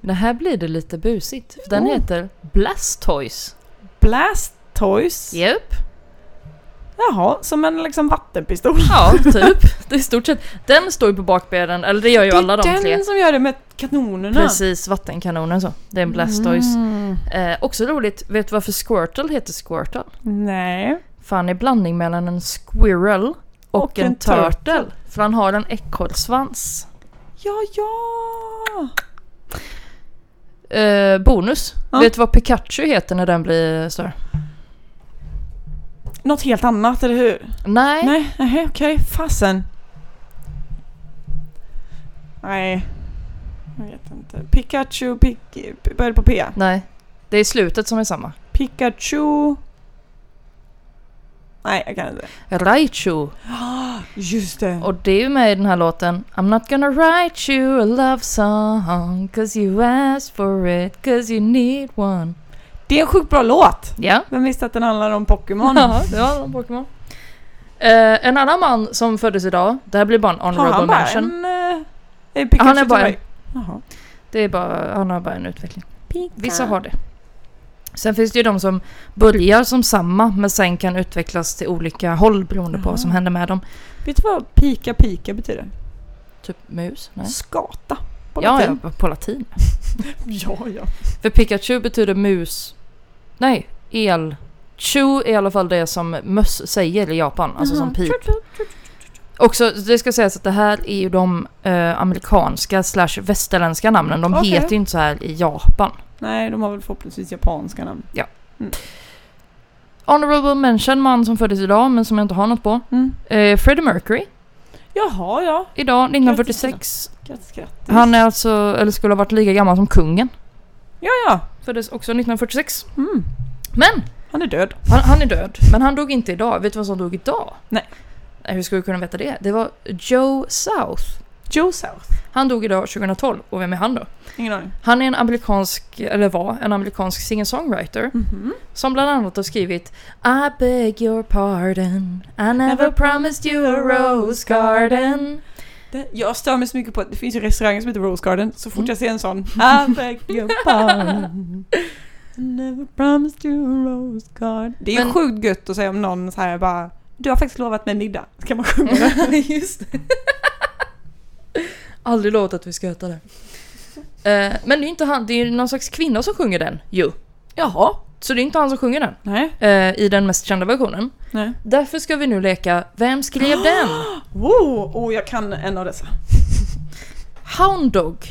[SPEAKER 2] Det här blir det lite busigt. För den
[SPEAKER 1] Oh.
[SPEAKER 2] heter Blastoise.
[SPEAKER 1] Blast Toys.
[SPEAKER 2] Japp.
[SPEAKER 1] Jaha, som en liksom vattenpistol.
[SPEAKER 2] Ja, typ. Det är i stort sett. Den står ju på bakbenen, eller det gör ju
[SPEAKER 1] det
[SPEAKER 2] alla de
[SPEAKER 1] är
[SPEAKER 2] tre.
[SPEAKER 1] den som gör det med kanonerna.
[SPEAKER 2] Precis, vattenkanonen så. Det är en Blastoise.
[SPEAKER 1] Mm.
[SPEAKER 2] Eh, också roligt, vet du varför Squirtle heter Squirtle?
[SPEAKER 1] Nej.
[SPEAKER 2] För han är blandning mellan en squirrel och, en, turtle. För han har en ekorrsvans.
[SPEAKER 1] Ja, ja!
[SPEAKER 2] Eh, bonus.
[SPEAKER 1] Ja.
[SPEAKER 2] Vet du vad Pikachu heter när den blir större?
[SPEAKER 1] Något helt annat, eller hur?
[SPEAKER 2] Nej.
[SPEAKER 1] Nej, nej okej. Fasen. Nej. Jag vet inte. Pikachu, pik, börjar på P.
[SPEAKER 2] Nej. Det är slutet som är samma.
[SPEAKER 1] Pikachu... Nej, jag kan inte.
[SPEAKER 2] Raichu.
[SPEAKER 1] Just det.
[SPEAKER 2] Och det är ju med i den här låten. I'm not gonna write you a love song cause you asked for it cause you need one.
[SPEAKER 1] Det är en sjukt bra låt!
[SPEAKER 2] Ja.
[SPEAKER 1] Vem visste att den handlar om Pokémon?
[SPEAKER 2] Ja, det var en Pokémon. Eh, en annan man som föddes idag, det här blir bara en
[SPEAKER 1] Har
[SPEAKER 2] honorable
[SPEAKER 1] han bara en...
[SPEAKER 2] mention.
[SPEAKER 1] eh, Är Pikachu
[SPEAKER 2] Han är bara en-
[SPEAKER 1] till mig? Jaha.
[SPEAKER 2] Det är bara, han har bara en utveckling. Vissa har det. Sen finns det ju de som börjar som samma men sen kan utvecklas till olika håll beroende på vad som
[SPEAKER 1] Jaha.
[SPEAKER 2] händer med dem.
[SPEAKER 1] Vet du vad pika pika betyder?
[SPEAKER 2] Typ mus? Nej.
[SPEAKER 1] Skata. På
[SPEAKER 2] Ja,
[SPEAKER 1] latin.
[SPEAKER 2] ja, på latin.
[SPEAKER 1] ja, ja.
[SPEAKER 2] För Pikachu betyder mus... Nej, el. Chu är i alla fall det som möss säger i Japan, alltså som pip. Också, det ska sägas att det här är ju de eh, amerikanska slash västerländska namnen. De
[SPEAKER 1] Okej.
[SPEAKER 2] heter ju inte så här i Japan.
[SPEAKER 1] Nej, de har väl förhoppningsvis japanska namn.
[SPEAKER 2] Honorable mention, man som föddes idag men som jag inte har något på.
[SPEAKER 1] Mm.
[SPEAKER 2] Eh, Freddie Mercury,
[SPEAKER 1] Jaha, ja.
[SPEAKER 2] idag 1946.
[SPEAKER 1] Grattis, grattis.
[SPEAKER 2] Han är alltså, eller skulle ha varit lika gammal som kungen.
[SPEAKER 1] Ja, ja.
[SPEAKER 2] Föddes också 1946.
[SPEAKER 1] Mm.
[SPEAKER 2] Men
[SPEAKER 1] Han är död.
[SPEAKER 2] Han, han är död, men han dog inte idag. Vet du vad som dog idag?
[SPEAKER 1] Nej.
[SPEAKER 2] Nej, Hur skulle vi kunna veta det? Det var Joe South.
[SPEAKER 1] Joe South.
[SPEAKER 2] Han dog idag 2012, och vem är han då?
[SPEAKER 1] Ingen aning.
[SPEAKER 2] Han är en amerikansk, eller var, en amerikansk singer-songwriter
[SPEAKER 1] Mhm.
[SPEAKER 2] som bland annat har skrivit I beg your pardon, I never promised you a rose garden
[SPEAKER 1] Det, jag stör mig så mycket på att det finns ju restauranger som heter Rose Garden. Så fort
[SPEAKER 2] Mm.
[SPEAKER 1] jag ser en sån. I beg your pardon. I Never promised you a rose garden. Det är ju
[SPEAKER 2] Men-
[SPEAKER 1] sjukt gött att säga om någon så här bara. Du har faktiskt lovat mig middag. Ska man sjunga det?
[SPEAKER 2] Just det. Aldrig lovat att vi ska äta det. Eh, men det är inte han, det är någon slags kvinna som sjunger den ju. Jaha. Så det är inte han som sjunger den
[SPEAKER 1] Nej.
[SPEAKER 2] eh, i den mest kända versionen.
[SPEAKER 1] Nej.
[SPEAKER 2] Därför ska vi nu leka Vem skrev den?
[SPEAKER 1] Wow, oh, jag kan en av dessa.
[SPEAKER 2] Hound Dog.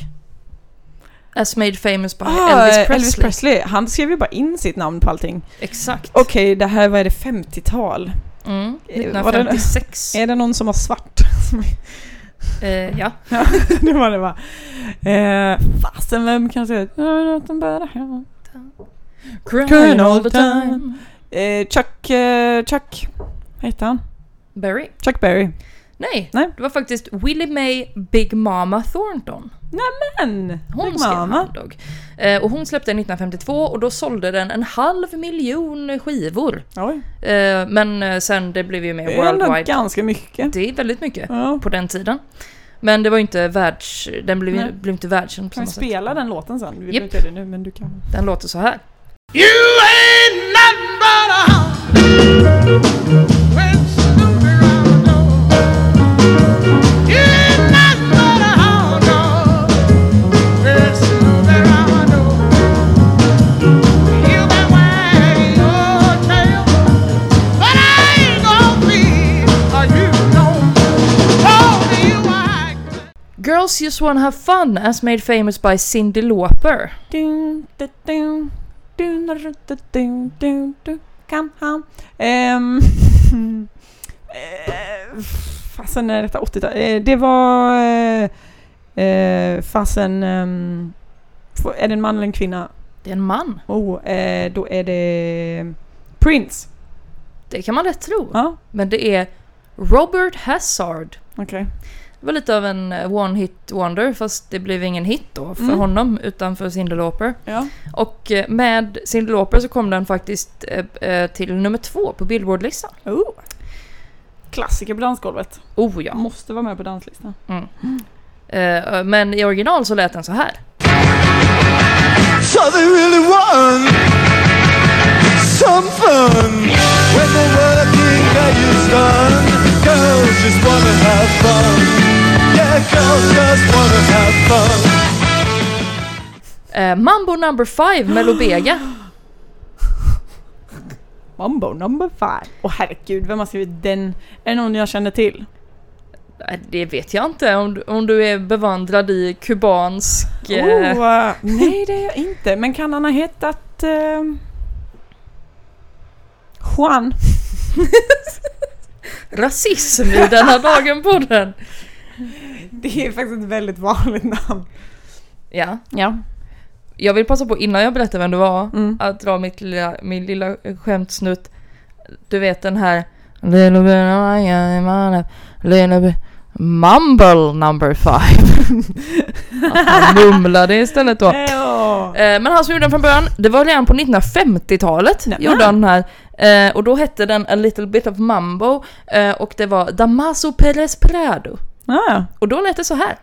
[SPEAKER 2] As made famous by
[SPEAKER 1] Ah,
[SPEAKER 2] Elvis Presley.
[SPEAKER 1] Elvis Presley. Han skrev ju bara in sitt namn på allting.
[SPEAKER 2] Exakt.
[SPEAKER 1] Okej, det här, vad är det, 50-tal?
[SPEAKER 2] Mm,
[SPEAKER 1] Eh, var det-
[SPEAKER 2] 1956.
[SPEAKER 1] Är det någon som har svart?
[SPEAKER 2] Eh, ja.
[SPEAKER 1] det var det va? Eh, fasen, vem kan säga
[SPEAKER 2] Crying all the time.
[SPEAKER 1] eh, Chuck, eh, Chuck, vad heter han?
[SPEAKER 2] Barry.
[SPEAKER 1] Chuck Berry.
[SPEAKER 2] Nej,
[SPEAKER 1] Nej.
[SPEAKER 2] det var faktiskt Willie Mae Big Mama Thornton.
[SPEAKER 1] Men,
[SPEAKER 2] Hon
[SPEAKER 1] Big
[SPEAKER 2] skrev
[SPEAKER 1] Mama.
[SPEAKER 2] Hound Dog. Eh, och hon släppte den 1952 och då sålde den en halv miljon skivor.
[SPEAKER 1] Oj,
[SPEAKER 2] Eh, men eh, sen det blev ju mer
[SPEAKER 1] det är ändå
[SPEAKER 2] worldwide.
[SPEAKER 1] ganska mycket.
[SPEAKER 2] Det är väldigt mycket
[SPEAKER 1] Ja.
[SPEAKER 2] på den tiden. Men det var ju inte världs... Den
[SPEAKER 1] Nej.
[SPEAKER 2] blev, blev inte världskänd på
[SPEAKER 1] Kan
[SPEAKER 2] samma
[SPEAKER 1] vi
[SPEAKER 2] sätt.
[SPEAKER 1] spela den låten sen? Vi
[SPEAKER 2] Japp.
[SPEAKER 1] behöver inte göra det nu, men du kan.
[SPEAKER 2] Den låter så här.
[SPEAKER 4] You ain't nothing but a hound went snooping round the door. You ain't nothing but a hound dog went snooping round the door. You been wagging your tail, but I ain't gonna be a you don't. Oh, you I
[SPEAKER 2] Girls Just Wanna Have Fun as made famous by Cyndi Lauper.
[SPEAKER 1] Dun, da, dun, dun, da, da, da, dun, dun, dun, Come home. Ehm, eh, Fasen är detta 80-tal. Eh, Det var eh, eh, fasen... ehm, f- Är det en man eller en kvinna?
[SPEAKER 2] Det är en man.
[SPEAKER 1] Oh, eh, då är det Prince.
[SPEAKER 2] Det kan man lätt tro.
[SPEAKER 1] Ja,
[SPEAKER 2] Men det är Robert Hazard.
[SPEAKER 1] okej.
[SPEAKER 2] Det var lite av en one-hit wonder fast det blev ingen hit då för
[SPEAKER 1] Mm.
[SPEAKER 2] honom utan för Cyndi Lauper.
[SPEAKER 1] Ja.
[SPEAKER 2] Och eh, med Cyndi Lauper så kom den faktiskt eh, eh, till nummer två på Billboard-listan.
[SPEAKER 1] Oh. Klassiker på dansgolvet.
[SPEAKER 2] Oh ja.
[SPEAKER 1] Måste vara med på danslistan.
[SPEAKER 2] Eh, Men i original så lät den så här.
[SPEAKER 5] So they really want some fun when they wanna think that you've done. Girls just wanna have fun. Yeah, girls just wanna have fun.
[SPEAKER 2] Eh, Mambo number five med Lobega.
[SPEAKER 1] Mambo number five. Åh herregud, vem har skrivit den? Är det någon jag känner till?
[SPEAKER 2] Eh, Det vet jag inte om du, om du är bevandrad i kubansk... eh,
[SPEAKER 1] Oh, eh, nej det är jag inte, men kan han ha hetat eh, Juan?
[SPEAKER 2] rasism i denna dagen på den.
[SPEAKER 1] Det är faktiskt ett väldigt vanligt namn.
[SPEAKER 2] Ja.
[SPEAKER 1] Ja.
[SPEAKER 2] Jag vill passa på innan jag berättar vem det var
[SPEAKER 1] Mm.
[SPEAKER 2] att dra mitt lilla, min lilla skämtsnutt. Du vet den här... Little bit of I am on a little bit mumble number five. att han mumlade istället då.
[SPEAKER 1] Ja.
[SPEAKER 2] Eh, Men han som gjorde den från början, det var redan på 1950-talet
[SPEAKER 1] Nämen.
[SPEAKER 2] gjorde han den här. Eh, Och då hette den A Little Bit of Mambo eh, och det var Damaso Perez Prado.
[SPEAKER 1] Ah,
[SPEAKER 2] Och då lät det så här.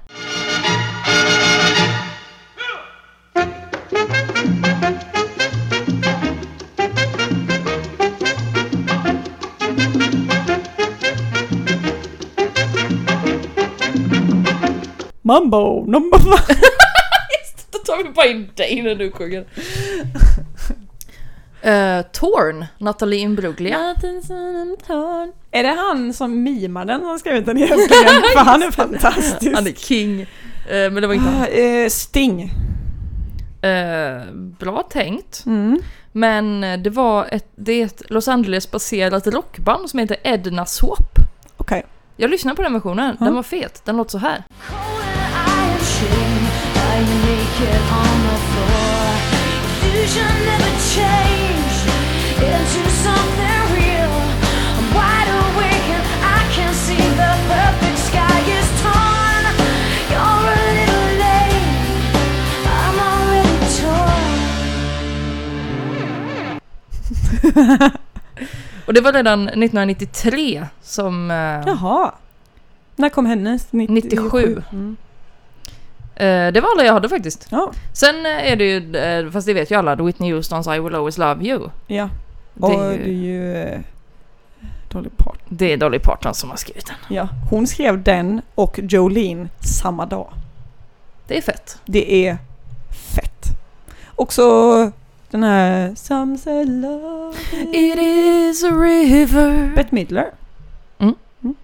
[SPEAKER 1] Mambo number five.
[SPEAKER 2] Då tar vi bara in dig när du sjunger. Eh, Torn, Nathalie Imbruglia.
[SPEAKER 1] Är det han som mimar den som har skrivit den egentligen? För han är fantastisk.
[SPEAKER 2] Han är king. Eh, men det var inte han.
[SPEAKER 1] Ah, eh, Sting.
[SPEAKER 2] Eh, bra tänkt.
[SPEAKER 1] Mm.
[SPEAKER 2] Men eh, det var ett, det är ett Los Angeles-baserat rockband som heter Edna Swap.
[SPEAKER 1] Okej.
[SPEAKER 2] Jag lyssnade på den versionen, den var fet. Den låter så här.
[SPEAKER 6] Change. into something real. I'm wide awake and I can see the perfect sky is torn. You're a little late. I'm already torn.
[SPEAKER 2] Och det var redan 1993 som... eh,
[SPEAKER 1] Jaha. När kom hennes?
[SPEAKER 2] 97.
[SPEAKER 1] Mm.
[SPEAKER 2] eh, det var alla jag hade faktiskt.
[SPEAKER 1] Ja.
[SPEAKER 2] Sen eh, är det ju, eh, fast det vet ju alla, Whitney Houstons I will always love you.
[SPEAKER 1] ja.
[SPEAKER 2] Det
[SPEAKER 1] Och
[SPEAKER 2] är ju-
[SPEAKER 1] det är ju eh, Dolly Parton.
[SPEAKER 2] Det är Dolly Parton som har skrivit den.
[SPEAKER 1] Ja. Hon skrev den och Jolene samma dag.
[SPEAKER 2] Det är fett.
[SPEAKER 1] Det är fett. Också den här Some say love is...
[SPEAKER 2] It is a river.
[SPEAKER 1] Bette Midler.
[SPEAKER 2] Mm.
[SPEAKER 1] Mm.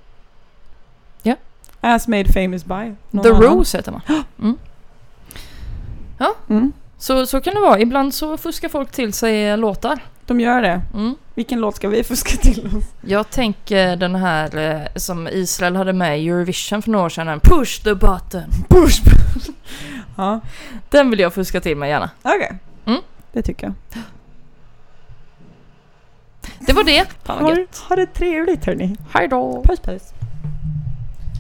[SPEAKER 2] Ja.
[SPEAKER 1] As made famous by någon
[SPEAKER 2] The
[SPEAKER 1] annan.
[SPEAKER 2] Rose heter man.
[SPEAKER 1] Mm.
[SPEAKER 2] Så, så kan det vara. Ibland så fuskar folk till sig låtar.
[SPEAKER 1] De gör det.
[SPEAKER 2] Mm.
[SPEAKER 1] Vilken låt ska vi fuska till oss?
[SPEAKER 2] Jag tänker den här eh, som Israel hade med i Eurovision för några år sedan. Push the button.
[SPEAKER 1] Push! ja,
[SPEAKER 2] Den vill jag fuska till mig gärna.
[SPEAKER 1] okej.
[SPEAKER 2] Mm.
[SPEAKER 1] Det tycker jag.
[SPEAKER 2] Det var det. Fan vad
[SPEAKER 1] Ha,
[SPEAKER 2] gött.
[SPEAKER 1] ha det trevligt hörni.
[SPEAKER 2] Hej då.
[SPEAKER 1] Puss puss.